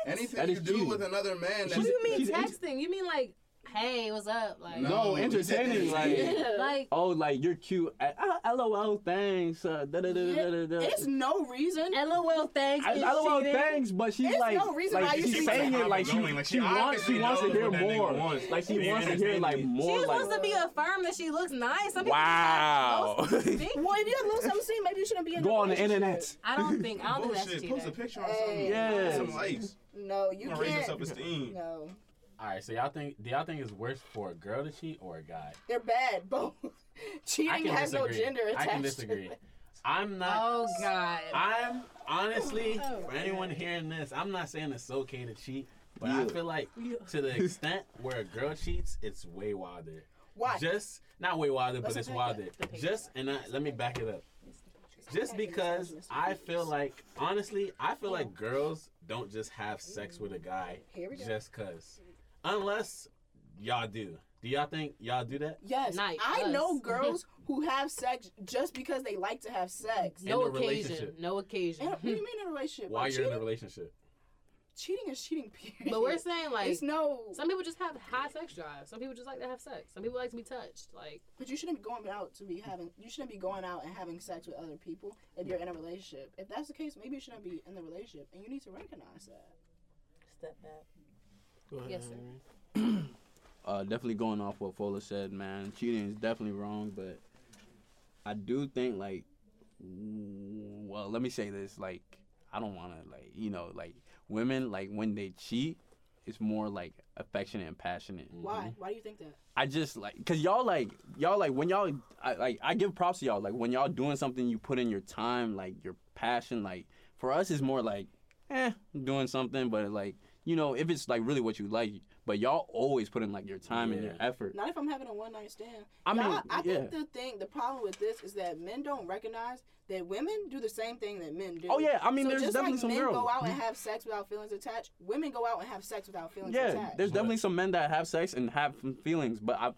[SPEAKER 5] Anything
[SPEAKER 8] That
[SPEAKER 5] you
[SPEAKER 8] is
[SPEAKER 5] do
[SPEAKER 8] cheating.
[SPEAKER 5] with another man,
[SPEAKER 9] What
[SPEAKER 5] that's
[SPEAKER 9] do you mean
[SPEAKER 8] She's int-
[SPEAKER 9] texting? You mean like, hey, what's up? Like,
[SPEAKER 8] No,
[SPEAKER 5] he said
[SPEAKER 8] entertaining, like-
[SPEAKER 6] Yeah.
[SPEAKER 9] <laughs> like
[SPEAKER 8] Oh, like you're cute. Uh, uh, LOL, thanks. Uh, da da da da da da.
[SPEAKER 6] it's no reason.
[SPEAKER 9] LOL, thanks.
[SPEAKER 8] I, I
[SPEAKER 9] is
[SPEAKER 8] don't know
[SPEAKER 9] cheating.
[SPEAKER 8] thanks, but she's
[SPEAKER 6] There's
[SPEAKER 8] like,
[SPEAKER 6] no reason
[SPEAKER 8] like
[SPEAKER 6] why you
[SPEAKER 8] she's
[SPEAKER 6] should
[SPEAKER 8] saying
[SPEAKER 6] be
[SPEAKER 8] it like she,
[SPEAKER 10] outgoing, like,
[SPEAKER 8] she
[SPEAKER 10] she
[SPEAKER 8] wants
[SPEAKER 10] obviously
[SPEAKER 8] she wants to
[SPEAKER 10] knows
[SPEAKER 8] hear
[SPEAKER 10] what that nigga
[SPEAKER 8] more.
[SPEAKER 10] wants.
[SPEAKER 8] Like she
[SPEAKER 10] Being
[SPEAKER 8] wants to hear like
[SPEAKER 10] entertaining.
[SPEAKER 8] more.
[SPEAKER 9] She
[SPEAKER 8] like
[SPEAKER 9] wants to be affirmed that she looks nice. Some people
[SPEAKER 8] Wow. <laughs>
[SPEAKER 9] just like, "Oh, big
[SPEAKER 6] Well, if you lose some steam, maybe you shouldn't be in
[SPEAKER 8] go
[SPEAKER 6] a
[SPEAKER 8] on the
[SPEAKER 6] relationship.
[SPEAKER 8] internet.
[SPEAKER 9] I don't think I don't think that's
[SPEAKER 10] Bullshit. Post a
[SPEAKER 9] cheating.
[SPEAKER 10] picture or something.
[SPEAKER 8] Yeah.
[SPEAKER 10] Some likes.
[SPEAKER 6] No, you
[SPEAKER 10] You gonna raise your self
[SPEAKER 6] can't.
[SPEAKER 10] esteem.
[SPEAKER 6] No,
[SPEAKER 4] All right, so y'all think do y'all think it's worse for a girl to cheat or a guy?
[SPEAKER 6] they're bad. <laughs> Both
[SPEAKER 4] I
[SPEAKER 6] cheating
[SPEAKER 4] can
[SPEAKER 6] has
[SPEAKER 4] disagree.
[SPEAKER 6] no gender attached.
[SPEAKER 4] I can
[SPEAKER 6] To
[SPEAKER 4] disagree.
[SPEAKER 6] it.
[SPEAKER 4] I'm not.
[SPEAKER 9] Oh God.
[SPEAKER 4] I'm honestly
[SPEAKER 6] Oh,
[SPEAKER 4] for anyone hearing this, I'm not saying it's okay to cheat, but I
[SPEAKER 8] Yeah.
[SPEAKER 4] feel like to the
[SPEAKER 6] <laughs>
[SPEAKER 4] extent where a girl cheats, it's way wilder.
[SPEAKER 6] Why?
[SPEAKER 4] Just not way wilder,
[SPEAKER 6] Let's
[SPEAKER 4] but it's
[SPEAKER 6] unpack
[SPEAKER 4] wilder.
[SPEAKER 6] that. The picture.
[SPEAKER 4] Just and I, let me back it up. Just because
[SPEAKER 6] Mr.
[SPEAKER 4] I
[SPEAKER 6] Peters.
[SPEAKER 4] feel like honestly, I feel like girls don't just have sex with a guy
[SPEAKER 6] Here we go.
[SPEAKER 4] just cause. Unless y'all do. Do y'all think y'all do that?
[SPEAKER 6] Yes,
[SPEAKER 9] Nice.
[SPEAKER 6] I know
[SPEAKER 9] Us. <laughs>
[SPEAKER 6] girls who have sex just because they like to have sex.
[SPEAKER 4] in
[SPEAKER 9] no
[SPEAKER 4] a
[SPEAKER 9] occasion.
[SPEAKER 4] relationship.
[SPEAKER 9] No occasion.
[SPEAKER 6] And what do you mean in a relationship?
[SPEAKER 4] While
[SPEAKER 6] Like,
[SPEAKER 4] you're
[SPEAKER 6] cheating,
[SPEAKER 4] in a relationship.
[SPEAKER 6] cheating is cheating. Period.
[SPEAKER 9] But we're saying like
[SPEAKER 6] <laughs> it's no.
[SPEAKER 9] some people just have high sex drive. Some people just like to have sex. Some people like to be touched. Like
[SPEAKER 6] But you shouldn't be going out to be having. You shouldn't be going out and having sex with other people if you're in a relationship. If that's the case, maybe you shouldn't be in the relationship, and you need to recognize that.
[SPEAKER 9] step back.
[SPEAKER 3] Go ahead,
[SPEAKER 9] Yes, sir.
[SPEAKER 3] Henry.
[SPEAKER 8] uh, definitely going off what Fola said, man. Cheating is definitely wrong, but I do think like, w- well, let me say this. Like, I don't want to like, you know, like women like when they cheat, it's more like affectionate and passionate.
[SPEAKER 6] Why? Why do you think that?
[SPEAKER 8] I just like, cause y'all like, y'all like when y'all, I, like, I give props to y'all. Like when y'all doing something, you put in your time, like your passion. Like for us, it's more like, eh, I'm doing something, but like, you know, if it's like really what you like, but y'all always put in like your time and your
[SPEAKER 4] Yeah.
[SPEAKER 8] effort.
[SPEAKER 6] Not if I'm having a one night stand.
[SPEAKER 8] I
[SPEAKER 6] Y'all-
[SPEAKER 8] mean,
[SPEAKER 6] I
[SPEAKER 8] yeah.
[SPEAKER 6] think the thing, the problem with this is that men don't recognize that women do the same thing that men do.
[SPEAKER 8] Oh yeah, I mean,
[SPEAKER 6] so
[SPEAKER 8] there's
[SPEAKER 6] just
[SPEAKER 8] definitely
[SPEAKER 6] like
[SPEAKER 8] some
[SPEAKER 6] men
[SPEAKER 8] girls. Mm-hmm.
[SPEAKER 6] go out and have sex without feelings attached, women go out and have sex without feelings
[SPEAKER 8] yeah,
[SPEAKER 6] attached.
[SPEAKER 8] there's definitely some men that have sex and have some feelings, but I've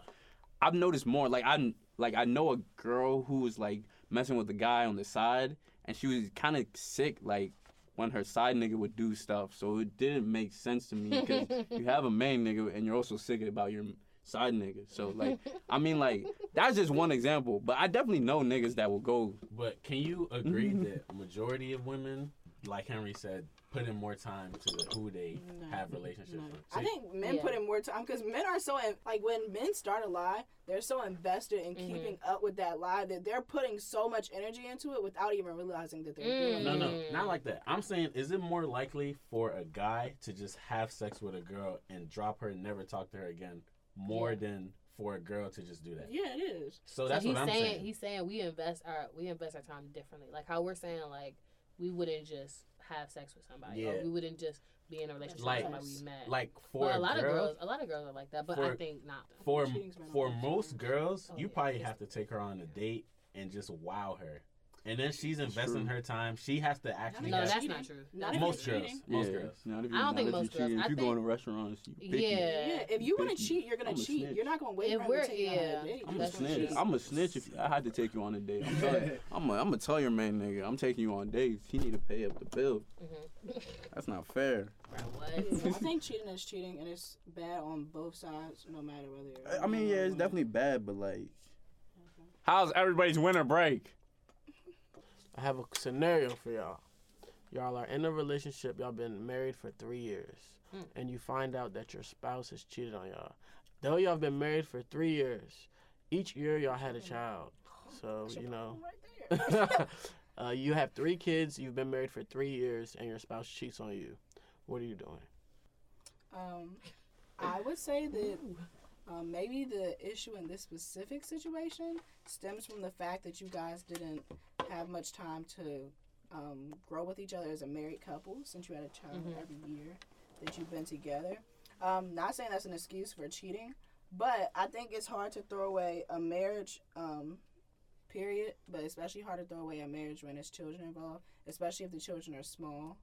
[SPEAKER 8] I've noticed more. Like I like I know a girl who was like messing with a guy on the side, and she was kind of sick. Like when her side nigga would do stuff, so it didn't make sense to me
[SPEAKER 9] <laughs>
[SPEAKER 8] because you have a main nigga and you're also sick about your side nigga. So like I mean like that's just one example, but I definitely know niggas that will go.
[SPEAKER 4] But can you agree that majority of women, like Henry said, put in more time to who they have relationships with? So
[SPEAKER 6] I think men
[SPEAKER 9] Yeah.
[SPEAKER 6] put in more time because men are so in, like when men start a lie, they're so invested in keeping up with that lie that they're putting so much energy into it without even realizing that they're doing
[SPEAKER 4] no,
[SPEAKER 6] it.
[SPEAKER 4] no,
[SPEAKER 9] Mm.
[SPEAKER 4] not like that. I'm saying, is it more likely for a guy to just have sex with a girl and drop her and never talk to her again, more than for a girl to just do that?
[SPEAKER 6] Yeah, it is.
[SPEAKER 4] So that's
[SPEAKER 9] so he's
[SPEAKER 4] what I'm
[SPEAKER 9] saying,
[SPEAKER 4] saying.
[SPEAKER 9] He's saying we invest our we invest our time differently. Like how we're saying like we wouldn't just have sex with somebody. Or
[SPEAKER 4] Yeah.
[SPEAKER 9] we wouldn't just be in a relationship
[SPEAKER 4] Like-
[SPEAKER 9] with somebody we met.
[SPEAKER 4] Like for
[SPEAKER 9] Well, a, lot
[SPEAKER 4] girl,
[SPEAKER 9] of girls, uh, a lot of girls are like that, but I
[SPEAKER 4] for-
[SPEAKER 9] think not.
[SPEAKER 4] for
[SPEAKER 6] Cheating's been
[SPEAKER 4] for
[SPEAKER 6] on
[SPEAKER 4] most girls,
[SPEAKER 9] Oh,
[SPEAKER 4] you
[SPEAKER 9] yeah.
[SPEAKER 4] probably
[SPEAKER 9] It's-
[SPEAKER 4] have to take her on a date and just wow her, and then she's investing her time. She has to actually.
[SPEAKER 9] No,
[SPEAKER 4] have-
[SPEAKER 9] that's
[SPEAKER 6] cheating.
[SPEAKER 9] not true.
[SPEAKER 6] Not if
[SPEAKER 4] most
[SPEAKER 6] it's
[SPEAKER 4] girls,
[SPEAKER 6] cheating.
[SPEAKER 4] most
[SPEAKER 8] yeah,
[SPEAKER 4] girls.
[SPEAKER 8] not if
[SPEAKER 9] I don't
[SPEAKER 8] not
[SPEAKER 9] think
[SPEAKER 8] if
[SPEAKER 9] most
[SPEAKER 8] cheating. If
[SPEAKER 9] girls. I
[SPEAKER 8] you go
[SPEAKER 9] think-
[SPEAKER 8] to restaurants, you picky.
[SPEAKER 9] Yeah.
[SPEAKER 6] Yeah, if you want to
[SPEAKER 8] Bitchy.
[SPEAKER 6] cheat, you're gonna
[SPEAKER 8] I'm a
[SPEAKER 6] cheat.
[SPEAKER 8] snitch.
[SPEAKER 6] You're not gonna wait
[SPEAKER 9] If
[SPEAKER 6] around
[SPEAKER 9] we're-
[SPEAKER 6] to take you
[SPEAKER 9] yeah.
[SPEAKER 6] on a date.
[SPEAKER 8] I'm a
[SPEAKER 9] That's what
[SPEAKER 8] snitch.
[SPEAKER 9] she
[SPEAKER 8] I'm a snitch. If I had to take you on a date, I'm telling,
[SPEAKER 5] <laughs>
[SPEAKER 8] I'm a, I'm gonna tell your man, nigga. I'm taking you on dates. He need to pay up the bill. That's not fair.
[SPEAKER 9] Bro, what?
[SPEAKER 8] <laughs>
[SPEAKER 6] I think cheating is cheating, and it's bad on both sides, no matter whether. You're
[SPEAKER 8] I-
[SPEAKER 6] a
[SPEAKER 8] I mean, yeah,
[SPEAKER 6] man or a
[SPEAKER 8] it's
[SPEAKER 6] woman.
[SPEAKER 8] definitely bad, but like,
[SPEAKER 1] How's everybody's winter break?
[SPEAKER 3] I have a scenario for y'all. Y'all are in a relationship, y'all been married for three years, and you find out that your spouse has cheated on y'all. Though y'all been married for three years, each year y'all had a child. So, you know,
[SPEAKER 6] Right there.
[SPEAKER 3] <laughs> uh, you have three kids, you've been married for three years, and your spouse cheats on you. What are you doing?
[SPEAKER 6] Um, I would say that um, maybe the issue in this specific situation stems from the fact that you guys didn't have much time to um, grow with each other as a married couple since you had a child every year that you've been together. Um, not saying that's an excuse for cheating, but I think it's hard to throw away a marriage um, period, but especially hard to throw away a marriage when there's children involved, especially if the children are small.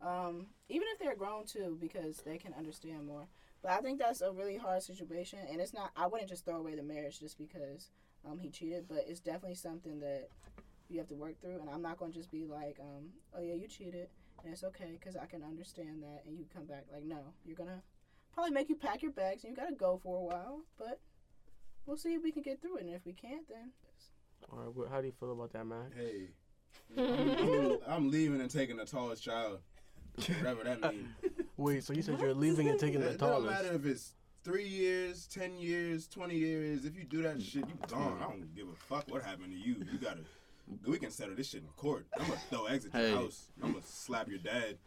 [SPEAKER 6] Um, even if they're grown too, because they can understand more. But I think that's a really hard situation, and it's not. I wouldn't just throw away the marriage just because um, he cheated, but it's definitely something that you have to work through. And I'm not going to just be like, um, oh yeah, you cheated, and it's okay, because I can understand that, and you come back like, no, you're gonna probably make you pack your bags, and you gotta go for a while, but we'll see if we can get through it, and if we can't, then.
[SPEAKER 3] All right, wh- how do you feel about that, man?
[SPEAKER 5] Hey, I'm, I'm leaving and taking the tallest child,
[SPEAKER 8] <laughs>
[SPEAKER 5] whatever that means.
[SPEAKER 3] Wait, so you said you're leaving and taking the
[SPEAKER 5] It don't
[SPEAKER 3] tallest?
[SPEAKER 5] matter if it's three years, ten years, twenty years. If you do that shit, you gone. I don't give a fuck what happened to you. You gotta. We can settle this shit in court. I'm gonna throw exit
[SPEAKER 8] Hey.
[SPEAKER 5] your house. I'm gonna slap your dad.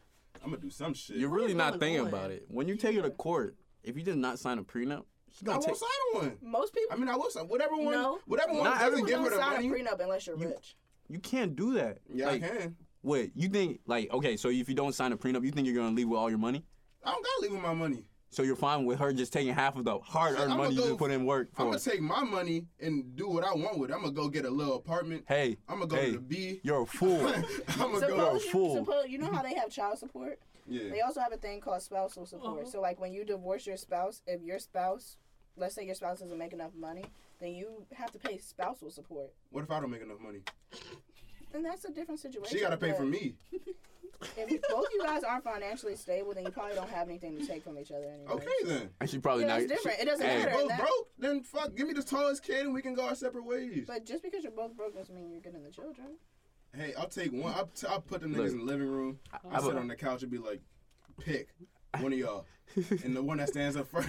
[SPEAKER 5] I'm gonna do some shit.
[SPEAKER 8] You're really
[SPEAKER 12] is
[SPEAKER 8] not
[SPEAKER 12] going
[SPEAKER 8] thinking
[SPEAKER 12] on?
[SPEAKER 8] about it. When you take her to court, if you did not sign a prenup, she's
[SPEAKER 5] I
[SPEAKER 8] gonna
[SPEAKER 5] won't
[SPEAKER 8] take.
[SPEAKER 5] sign one.
[SPEAKER 6] Most people
[SPEAKER 5] I mean, I will sign whatever one.
[SPEAKER 6] No.
[SPEAKER 5] Whatever one
[SPEAKER 8] Not
[SPEAKER 5] doesn't
[SPEAKER 8] everyone
[SPEAKER 5] give her
[SPEAKER 6] don't
[SPEAKER 5] the
[SPEAKER 6] sign a
[SPEAKER 5] money.
[SPEAKER 6] prenup unless you're rich.
[SPEAKER 8] You can't do that.
[SPEAKER 5] Yeah,
[SPEAKER 8] like,
[SPEAKER 5] I can.
[SPEAKER 8] Wait, you think like okay? So if you don't sign a prenup, you think you're gonna leave with all your money?
[SPEAKER 5] I don't gotta leave with my money.
[SPEAKER 8] So you're fine with her just taking half of the hard-earned
[SPEAKER 5] I'ma
[SPEAKER 8] money you
[SPEAKER 5] go-
[SPEAKER 8] just put in work
[SPEAKER 5] I'm
[SPEAKER 8] for?
[SPEAKER 5] gonna take my money and do what I want with it. I'm gonna go get a little apartment.
[SPEAKER 8] hey,
[SPEAKER 5] I'm gonna go
[SPEAKER 8] hey,
[SPEAKER 5] to the B.
[SPEAKER 8] You're a
[SPEAKER 5] <laughs>
[SPEAKER 8] fool.
[SPEAKER 5] I'm gonna
[SPEAKER 6] Suppose
[SPEAKER 5] go. Mm-hmm.
[SPEAKER 6] you,
[SPEAKER 8] fool.
[SPEAKER 6] Suppose, you know how they have child support? They
[SPEAKER 5] Yeah.
[SPEAKER 6] also have a thing called spousal support. So like when you divorce your spouse, if your spouse, let's say your spouse doesn't make enough money, then you have to pay spousal support.
[SPEAKER 5] What if I don't make enough money?
[SPEAKER 6] Then that's a different situation.
[SPEAKER 5] She gotta pay
[SPEAKER 6] but
[SPEAKER 5] for me.
[SPEAKER 6] If both you guys aren't financially stable, then you probably don't have anything to take from each other anyway.
[SPEAKER 5] Okay then.
[SPEAKER 8] <laughs> and she probably not.
[SPEAKER 6] Yeah, that's different. It doesn't
[SPEAKER 8] Hey.
[SPEAKER 6] matter.
[SPEAKER 5] Both
[SPEAKER 6] That-
[SPEAKER 5] broke, then fuck. Give me the tallest kid and we can go our separate ways.
[SPEAKER 6] But just because you're both broke doesn't mean you're getting the children.
[SPEAKER 5] hey, I'll take one. I'll, t- I'll put the niggas
[SPEAKER 8] Look.
[SPEAKER 5] in the living room. I,
[SPEAKER 8] I-
[SPEAKER 5] sit on the couch and be like, pick one
[SPEAKER 8] <laughs>
[SPEAKER 5] of y'all, and the one that stands up first,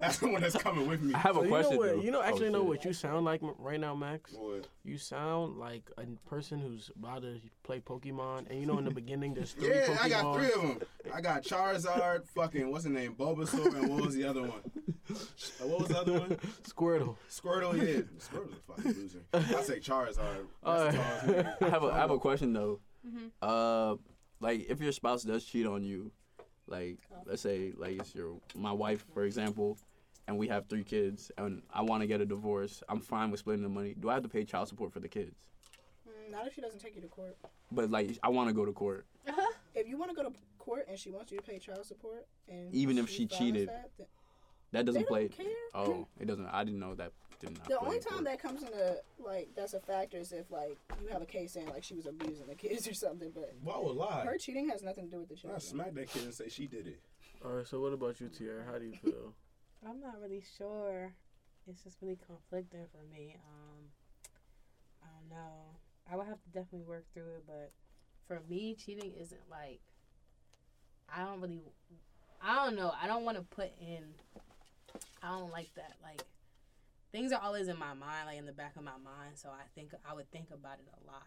[SPEAKER 5] that's the one that's coming with me.
[SPEAKER 8] I have a
[SPEAKER 3] So you know
[SPEAKER 8] question.
[SPEAKER 3] what?
[SPEAKER 8] though.
[SPEAKER 3] You know,
[SPEAKER 8] Oh,
[SPEAKER 3] actually, know
[SPEAKER 8] shit.
[SPEAKER 3] what you sound like m- right now, Max.
[SPEAKER 5] Boy,
[SPEAKER 3] You sound like a person who's about to play Pokemon, and you know,
[SPEAKER 5] <laughs>
[SPEAKER 3] in the beginning, there's three
[SPEAKER 5] Yeah,
[SPEAKER 3] Pokemon.
[SPEAKER 5] I got three of them. I got Charizard, fucking what's the name, Bulbasaur, and what was the
[SPEAKER 8] <laughs>
[SPEAKER 5] other one? Uh, What was the other one?
[SPEAKER 3] <laughs> Squirtle.
[SPEAKER 5] Squirtle. Yeah, Squirtle's a fucking loser. I say Charizard.
[SPEAKER 3] Uh,
[SPEAKER 5] That's
[SPEAKER 8] <laughs>
[SPEAKER 5] the tallest nigga.
[SPEAKER 8] I have a, I have a question though.
[SPEAKER 6] Mm-hmm.
[SPEAKER 8] Uh, like if your spouse does cheat on you, like let's say like it's your my wife for example, and we have three kids, and I want to get a divorce. I'm fine with splitting the money. Do I have to pay child support for the kids?
[SPEAKER 6] Mm, Not if she doesn't take you to court.
[SPEAKER 8] But like I want to go to court.
[SPEAKER 6] If you want to go to court and she wants you to pay child support, and
[SPEAKER 8] Even if she
[SPEAKER 6] follows
[SPEAKER 8] cheated.
[SPEAKER 6] that, then-
[SPEAKER 8] That doesn't
[SPEAKER 6] don't
[SPEAKER 8] play.
[SPEAKER 6] care.
[SPEAKER 8] Oh, it doesn't. I didn't know that. Did not.
[SPEAKER 6] The
[SPEAKER 8] play
[SPEAKER 6] only
[SPEAKER 8] in
[SPEAKER 6] time
[SPEAKER 8] court.
[SPEAKER 6] that comes into like that's a factor is if like you have a case saying like she was abusing the kids <laughs> or something, but
[SPEAKER 5] Why would lie?
[SPEAKER 6] her cheating has nothing to do with the
[SPEAKER 5] I
[SPEAKER 6] children.
[SPEAKER 5] smack that kid and say she did it.
[SPEAKER 3] All right, so what about you, Tier? How do you feel?
[SPEAKER 7] I'm not really sure. It's just really conflicting for me. Um, I don't know. I would have to definitely work through it, but
[SPEAKER 9] For me, cheating isn't like I don't really I don't know. I don't want to put in I don't like that. Like things are always in my mind, like in the back of my mind, so I think I would think about it a lot.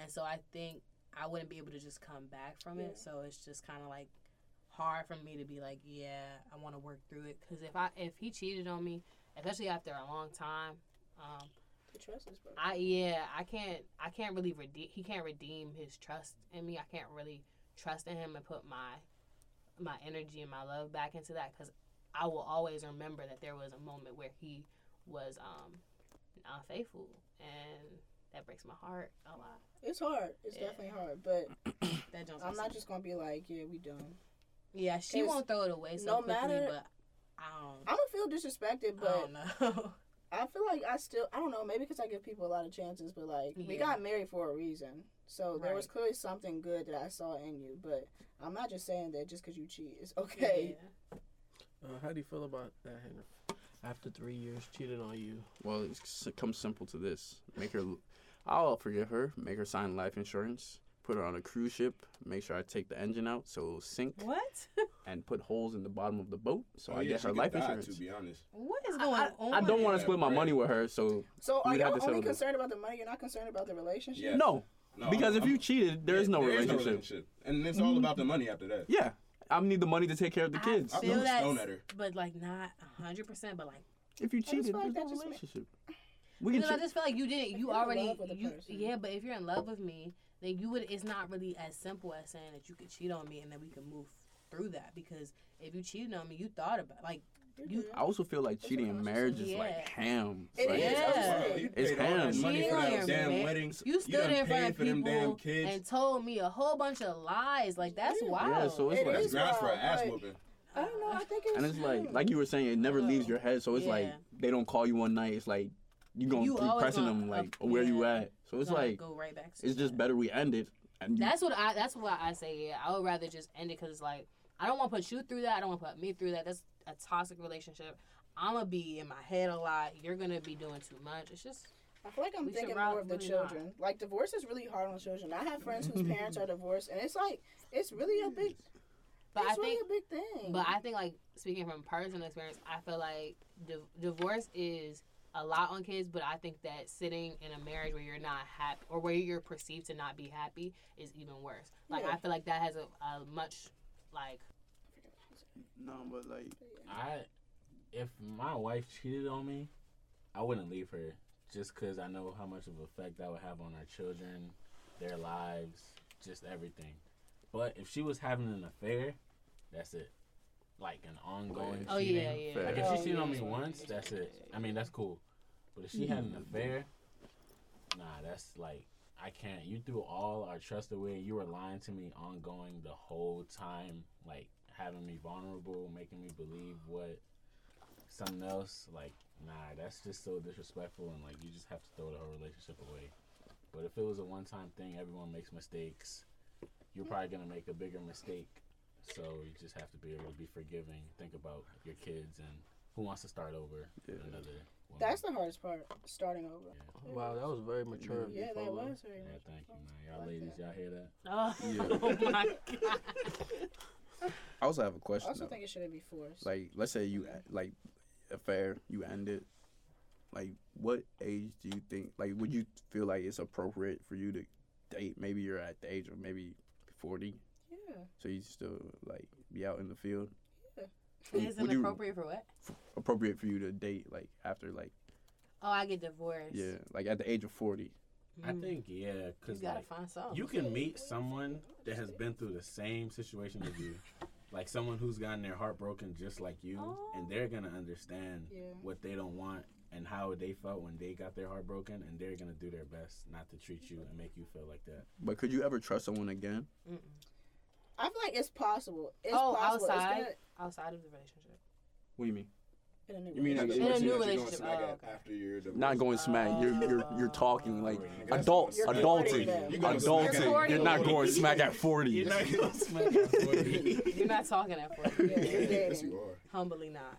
[SPEAKER 9] And so I think I wouldn't be able to just come back from it. So it's just kind of like hard for me to be like, yeah, I want to work through it cuz if I if he cheated on me, especially after a long time, um
[SPEAKER 6] The trust is broken.
[SPEAKER 9] I yeah, I can't I can't really redeem he can't redeem his trust in me. I can't really trust in him and put my my energy and my love back into that cuz I will always remember that there was a moment where he was um unfaithful and that breaks my heart a lot.
[SPEAKER 6] It's hard. It's
[SPEAKER 9] Yeah.
[SPEAKER 6] definitely hard, but
[SPEAKER 9] That jumps
[SPEAKER 6] I'm not just gonna be like, yeah, we done.
[SPEAKER 9] Yeah, she
[SPEAKER 6] 'cause
[SPEAKER 9] won't throw it away so
[SPEAKER 6] no
[SPEAKER 9] quickly,
[SPEAKER 6] matter-
[SPEAKER 9] but I don't
[SPEAKER 6] I'm gonna feel disrespected,
[SPEAKER 9] I
[SPEAKER 6] but
[SPEAKER 9] don't know. <laughs>
[SPEAKER 6] I feel like I still I don't know maybe because I give people a lot of chances, but like we
[SPEAKER 9] Yeah.
[SPEAKER 6] got married for a reason, so there was
[SPEAKER 9] Right.
[SPEAKER 6] clearly something good that I saw in you. But I'm not just saying that just because you cheat, it's okay.
[SPEAKER 9] Yeah.
[SPEAKER 3] Uh, how do you feel about that, Henry? After three years, cheated on you.
[SPEAKER 8] Well, it's- it comes simple to this: make her. I'll forgive her. Make her sign life insurance. Put her on a cruise ship. Make sure I take the engine out so it'll sink,
[SPEAKER 7] what?
[SPEAKER 8] and put holes in the bottom of the boat so
[SPEAKER 5] Oh,
[SPEAKER 8] I
[SPEAKER 5] yeah,
[SPEAKER 8] get
[SPEAKER 5] she
[SPEAKER 8] her
[SPEAKER 5] could
[SPEAKER 8] life
[SPEAKER 5] die,
[SPEAKER 8] insurance.
[SPEAKER 5] To be honest.
[SPEAKER 7] What is going
[SPEAKER 9] I-
[SPEAKER 7] on?
[SPEAKER 8] I don't want
[SPEAKER 5] Yeah,
[SPEAKER 8] to split my
[SPEAKER 5] right.
[SPEAKER 8] money with her, so
[SPEAKER 6] So are
[SPEAKER 8] We'd have
[SPEAKER 6] y'all
[SPEAKER 8] to settle
[SPEAKER 6] only
[SPEAKER 8] this.
[SPEAKER 6] concerned about the money? You're not concerned about the relationship?
[SPEAKER 5] Yeah.
[SPEAKER 8] no.
[SPEAKER 5] No,
[SPEAKER 8] because
[SPEAKER 5] I'm-
[SPEAKER 8] if you cheated, there is no
[SPEAKER 5] There
[SPEAKER 8] relationship.
[SPEAKER 5] relationship. And it's all about the money after that.
[SPEAKER 8] Yeah, I need the money to take care of the kids.
[SPEAKER 5] I
[SPEAKER 9] I
[SPEAKER 5] threw a
[SPEAKER 9] feel
[SPEAKER 5] stone at
[SPEAKER 9] that,
[SPEAKER 5] her.
[SPEAKER 9] but like not hundred percent, but like
[SPEAKER 8] If you cheated,
[SPEAKER 6] feel like
[SPEAKER 8] there's
[SPEAKER 6] that
[SPEAKER 8] no
[SPEAKER 6] just ma-
[SPEAKER 8] relationship. We can.
[SPEAKER 9] Because I
[SPEAKER 8] Che-
[SPEAKER 9] just feel like you didn't. You
[SPEAKER 6] you're in
[SPEAKER 9] already.
[SPEAKER 6] love with a
[SPEAKER 9] You,
[SPEAKER 6] person.
[SPEAKER 9] yeah, but if you're in love with me, then you would. It's not really as simple as saying that you could cheat on me and then we can move through that. Because if you cheated on me, you thought about like
[SPEAKER 8] You, I also feel like cheating in marriage is like
[SPEAKER 9] Yeah.
[SPEAKER 8] ham.
[SPEAKER 9] It
[SPEAKER 8] like,
[SPEAKER 9] is.
[SPEAKER 8] It's,
[SPEAKER 9] You
[SPEAKER 10] paid
[SPEAKER 8] it's
[SPEAKER 10] all that
[SPEAKER 8] ham.
[SPEAKER 10] money
[SPEAKER 9] Cheating
[SPEAKER 10] for
[SPEAKER 9] on
[SPEAKER 10] them
[SPEAKER 9] your
[SPEAKER 10] damn
[SPEAKER 9] man-
[SPEAKER 10] weddings.
[SPEAKER 9] You
[SPEAKER 10] You
[SPEAKER 9] stood
[SPEAKER 10] done
[SPEAKER 9] in front
[SPEAKER 10] paid
[SPEAKER 9] of
[SPEAKER 10] for them damn
[SPEAKER 9] people
[SPEAKER 10] kids.
[SPEAKER 9] and told me a whole bunch of lies. Like that's wild.
[SPEAKER 8] Yeah, so it's like
[SPEAKER 10] That's grounds for an ass
[SPEAKER 6] like-
[SPEAKER 10] whooping.
[SPEAKER 6] I don't know. I think it's.
[SPEAKER 8] and it's like like you were saying, it never leaves your head. So it's like
[SPEAKER 9] Yeah.
[SPEAKER 8] they don't call you one night. It's like you going
[SPEAKER 9] You
[SPEAKER 8] to
[SPEAKER 9] always
[SPEAKER 8] pressing
[SPEAKER 9] gonna
[SPEAKER 8] them like
[SPEAKER 9] up-
[SPEAKER 8] where you
[SPEAKER 9] yeah.
[SPEAKER 8] at. So it's
[SPEAKER 9] Gonna
[SPEAKER 8] like
[SPEAKER 9] go right back to
[SPEAKER 8] it's just better we end it. And you-
[SPEAKER 9] That's what I. That's why I say yeah. I would rather just end it because it's like I don't want to put you through that. I don't want to put me through that. That's a toxic relationship. I'm gonna be in my head a lot. You're gonna be doing too much. It's just
[SPEAKER 6] I feel like I'm
[SPEAKER 9] We should
[SPEAKER 6] thinking
[SPEAKER 9] rather
[SPEAKER 6] more of the
[SPEAKER 9] really not.
[SPEAKER 6] children. Like divorce is really hard on children. I have friends whose parents are divorced, and it's like it's really a big.
[SPEAKER 9] But
[SPEAKER 6] it's
[SPEAKER 9] I
[SPEAKER 6] really
[SPEAKER 9] think-
[SPEAKER 6] a big thing.
[SPEAKER 9] But I think, like, speaking from personal experience, I feel like div- divorce is a lot on kids, but I think that sitting in a marriage where you're not happy or where you're perceived to not be happy is even worse. Like,
[SPEAKER 6] Yeah.
[SPEAKER 9] I feel like that has a, a much, like,
[SPEAKER 8] no, but like
[SPEAKER 4] I, if my wife cheated on me, I wouldn't leave her just because I know how much of effect that would have on our children, their lives, just everything. But if she was having an affair, that's it. Like an ongoing
[SPEAKER 9] Oh,
[SPEAKER 4] cheating.
[SPEAKER 9] yeah, yeah.
[SPEAKER 4] Like if
[SPEAKER 9] Oh,
[SPEAKER 4] she cheated on
[SPEAKER 9] yeah.
[SPEAKER 4] me once, that's it. I mean, that's cool. But if she had an affair, nah, that's like I can't. You threw all our trust away. You were lying to me ongoing the whole time, like having me vulnerable, making me believe what something else. Like, nah, that's just so disrespectful, and like you just have to throw the whole relationship away. But if it was a one-time thing, everyone makes mistakes. You're probably gonna make a bigger mistake, so you just have to be able to be forgiving. Think about your kids and who wants to start over. Another. Woman.
[SPEAKER 6] that's the hardest part, starting over.
[SPEAKER 3] Wow, that was very mature. of you,
[SPEAKER 6] Yeah, that
[SPEAKER 3] Polo.
[SPEAKER 6] was very
[SPEAKER 4] Yeah,
[SPEAKER 6] much.
[SPEAKER 4] thank you, man. Y'all ladies, y'all hear that?
[SPEAKER 9] <laughs> oh, my God.
[SPEAKER 8] I also have a
[SPEAKER 6] I
[SPEAKER 8] question.
[SPEAKER 6] also
[SPEAKER 8] though.
[SPEAKER 6] think it shouldn't be forced.
[SPEAKER 8] Like let's say you like affair, you end it. Like what age do you think? Like would you feel like it's appropriate for you to date? Maybe you're at the age of maybe forty,
[SPEAKER 6] yeah.
[SPEAKER 8] so you still like be out in the field. Would-
[SPEAKER 9] Is
[SPEAKER 8] would
[SPEAKER 9] it
[SPEAKER 8] you-
[SPEAKER 9] appropriate for what?
[SPEAKER 8] appropriate for you to date like after like
[SPEAKER 9] Oh, I get divorced. Mm-hmm.
[SPEAKER 8] yeah like at the age of 40
[SPEAKER 4] I think yeah,
[SPEAKER 9] You
[SPEAKER 4] cause
[SPEAKER 9] gotta
[SPEAKER 4] like,
[SPEAKER 9] find something.
[SPEAKER 4] you can meet someone that has been through the same situation as you, like someone who's gotten their heart broken just like you, and they're gonna understand
[SPEAKER 6] Yeah.
[SPEAKER 4] what they don't want and how they felt when they got their heart broken, and they're gonna do their best not to treat you and make you feel like that.
[SPEAKER 8] but could you ever trust someone again
[SPEAKER 6] I feel like it's possible. It's
[SPEAKER 9] oh,
[SPEAKER 6] possible.
[SPEAKER 9] outside,
[SPEAKER 6] It's
[SPEAKER 9] outside of the relationship.
[SPEAKER 8] what do you mean
[SPEAKER 6] gonna, in a new
[SPEAKER 10] You mean like
[SPEAKER 9] In a
[SPEAKER 10] what you- what
[SPEAKER 9] new
[SPEAKER 10] you going
[SPEAKER 9] relationship.
[SPEAKER 10] smack
[SPEAKER 9] Oh,
[SPEAKER 10] at
[SPEAKER 9] okay.
[SPEAKER 10] after you're divorced?
[SPEAKER 8] not going smack you're you're you're talking like
[SPEAKER 10] That's going
[SPEAKER 8] adult
[SPEAKER 10] smack.
[SPEAKER 8] adulting
[SPEAKER 10] You're going smack at-
[SPEAKER 8] adulting you're not going
[SPEAKER 10] 40.
[SPEAKER 8] smack at 40
[SPEAKER 4] You're not <laughs> gonna smack at 40.
[SPEAKER 9] You're not talking at 40.
[SPEAKER 6] Yeah,
[SPEAKER 10] <laughs>
[SPEAKER 6] you're
[SPEAKER 10] Yes,
[SPEAKER 6] dating.
[SPEAKER 10] you are.
[SPEAKER 9] Humbly not.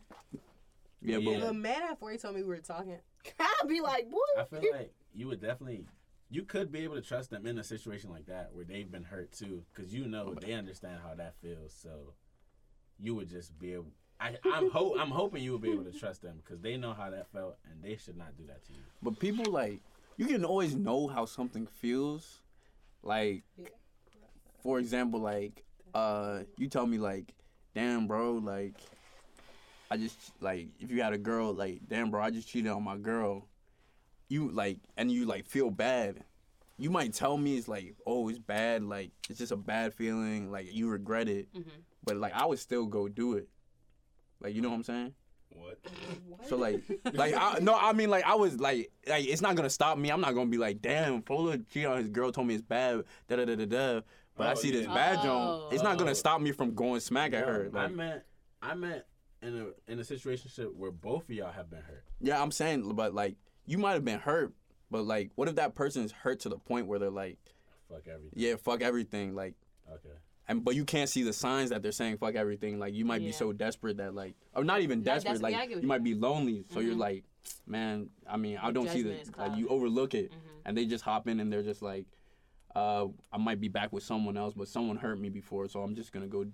[SPEAKER 8] yeah
[SPEAKER 9] The
[SPEAKER 8] but
[SPEAKER 9] man at 40 told me we were talking.
[SPEAKER 6] I'd be like, boy.
[SPEAKER 4] <laughs> I feel like you would definitely, you could be able to trust them in a situation like that where they've been hurt too, because you know they understand how that feels. So you would just be able. I, I'm hope I'm hoping you would be able to trust them because they know how that felt and they should not do that to you.
[SPEAKER 8] but people like you can always know how something feels like for example like uh you tell me like damn bro like i just like if you had a girl like damn bro i just cheated on my girl you like and you like feel bad you might tell me it's like oh it's bad like it's just a bad feeling like you regret it but like i would still go do it like you know what i'm saying
[SPEAKER 10] What?
[SPEAKER 8] so like, like I, no, I mean like I was like like it's not gonna stop me. I'm not gonna be like, damn, Fola cheated on his girl, told me it's bad, da da da da da. But I
[SPEAKER 10] Oh,
[SPEAKER 8] see this
[SPEAKER 10] yeah.
[SPEAKER 8] bad Joan. It's not
[SPEAKER 4] Oh.
[SPEAKER 8] gonna stop me from going smack at
[SPEAKER 4] No,
[SPEAKER 8] her.
[SPEAKER 4] I
[SPEAKER 8] Like,
[SPEAKER 4] meant, I meant in a in a situation where both of y'all have been hurt.
[SPEAKER 8] yeah, I'm saying, but like you might have been hurt, but like, what if that person is hurt to the point where they're like,
[SPEAKER 4] Fuck everything.
[SPEAKER 8] yeah, fuck everything, like,
[SPEAKER 4] Okay.
[SPEAKER 8] and but you can't see the signs that they're saying fuck everything. Like you might be
[SPEAKER 9] Yeah.
[SPEAKER 8] so desperate that like, or not even
[SPEAKER 9] Not
[SPEAKER 8] desperate,
[SPEAKER 9] desperate,
[SPEAKER 8] like
[SPEAKER 9] yeah, I get what
[SPEAKER 8] you
[SPEAKER 9] you Mm-hmm.
[SPEAKER 8] might be lonely. So you're like, man, I mean, I
[SPEAKER 9] Your
[SPEAKER 8] don't see the
[SPEAKER 9] judgment is
[SPEAKER 8] like
[SPEAKER 9] clouded. Mm-hmm.
[SPEAKER 8] you overlook it, and they just hop in and they're just like, uh, I might be back with someone else, but someone hurt me before, so I'm just gonna go.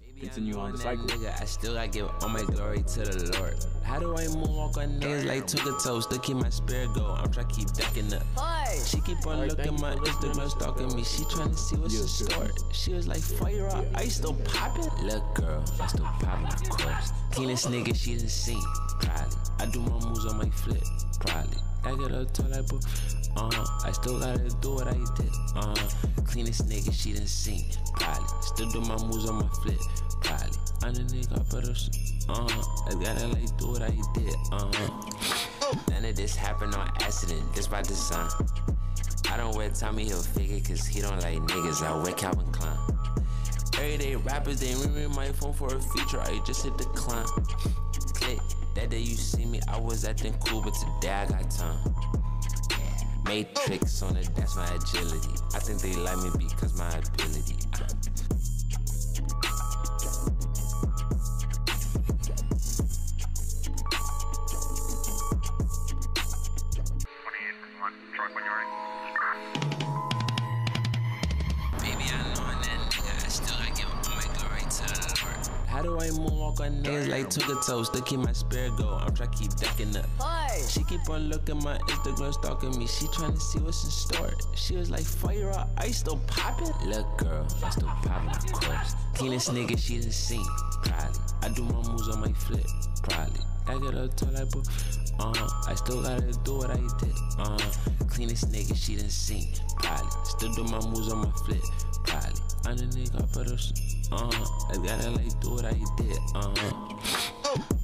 [SPEAKER 1] Baby,
[SPEAKER 8] Continue
[SPEAKER 1] I'm
[SPEAKER 8] on the
[SPEAKER 1] that
[SPEAKER 8] cycle.
[SPEAKER 1] Nigga, I still gotta give all my glory to the Lord. How do I moonwalk on niggas like Tuga Toes? Still keep my spirit go. I'm trying to keep ducking up. She keep on
[SPEAKER 3] Alright, thank
[SPEAKER 1] looking
[SPEAKER 3] you
[SPEAKER 1] my
[SPEAKER 3] for listening.
[SPEAKER 1] Instagram, stalking me. She trying to see what's in
[SPEAKER 8] Yeah, sure.
[SPEAKER 1] store. She was like, Fire rock, are you still popping? Look, girl, I still popping, of course. Cleanest nigga she done seen, probably. I do my moves on my flip, probably. I get up to like, bro, uh huh. I still gotta do what I did, uh-huh. uh huh. Cleanest nigga she done seen, probably. Still do my moves on my flip, probably. Underneath, I put a s uh huh. I gotta like do what I did, uh huh. None of this happened on accident, this by design. I don't wear Tommy Hilfiger cause he don't like niggas, I wear Calvin Klein. Everyday rappers, they ring ring my phone for a feature, I just hit decline. Click, that day you see me, I was acting cool, but today I got time. Matrix on it, that's my agility. I think they like me because my ability. Baby, I know I'm that nigga. I still I give all my glory to the Lord. How do I moonwalk on niggas like Tuga Toast? They keep my spirit go. I'm trying to keep ducking up. She keep on looking my Instagram, stalking me. She trying to see what's in store. She was like, fire up, I still popping. Look, girl, I still popping, of course. Cleanest nigga she done seen, probably. I do my moves on my flip, probably. I get up till I book, uh huh. I still gotta do what I did, uh huh. Cleanest nigga she done seen, probably. Still do my moves on my flip, probably. uh-huh. I'm the nigga, I put a, uh huh. I gotta like do what I did, uh huh.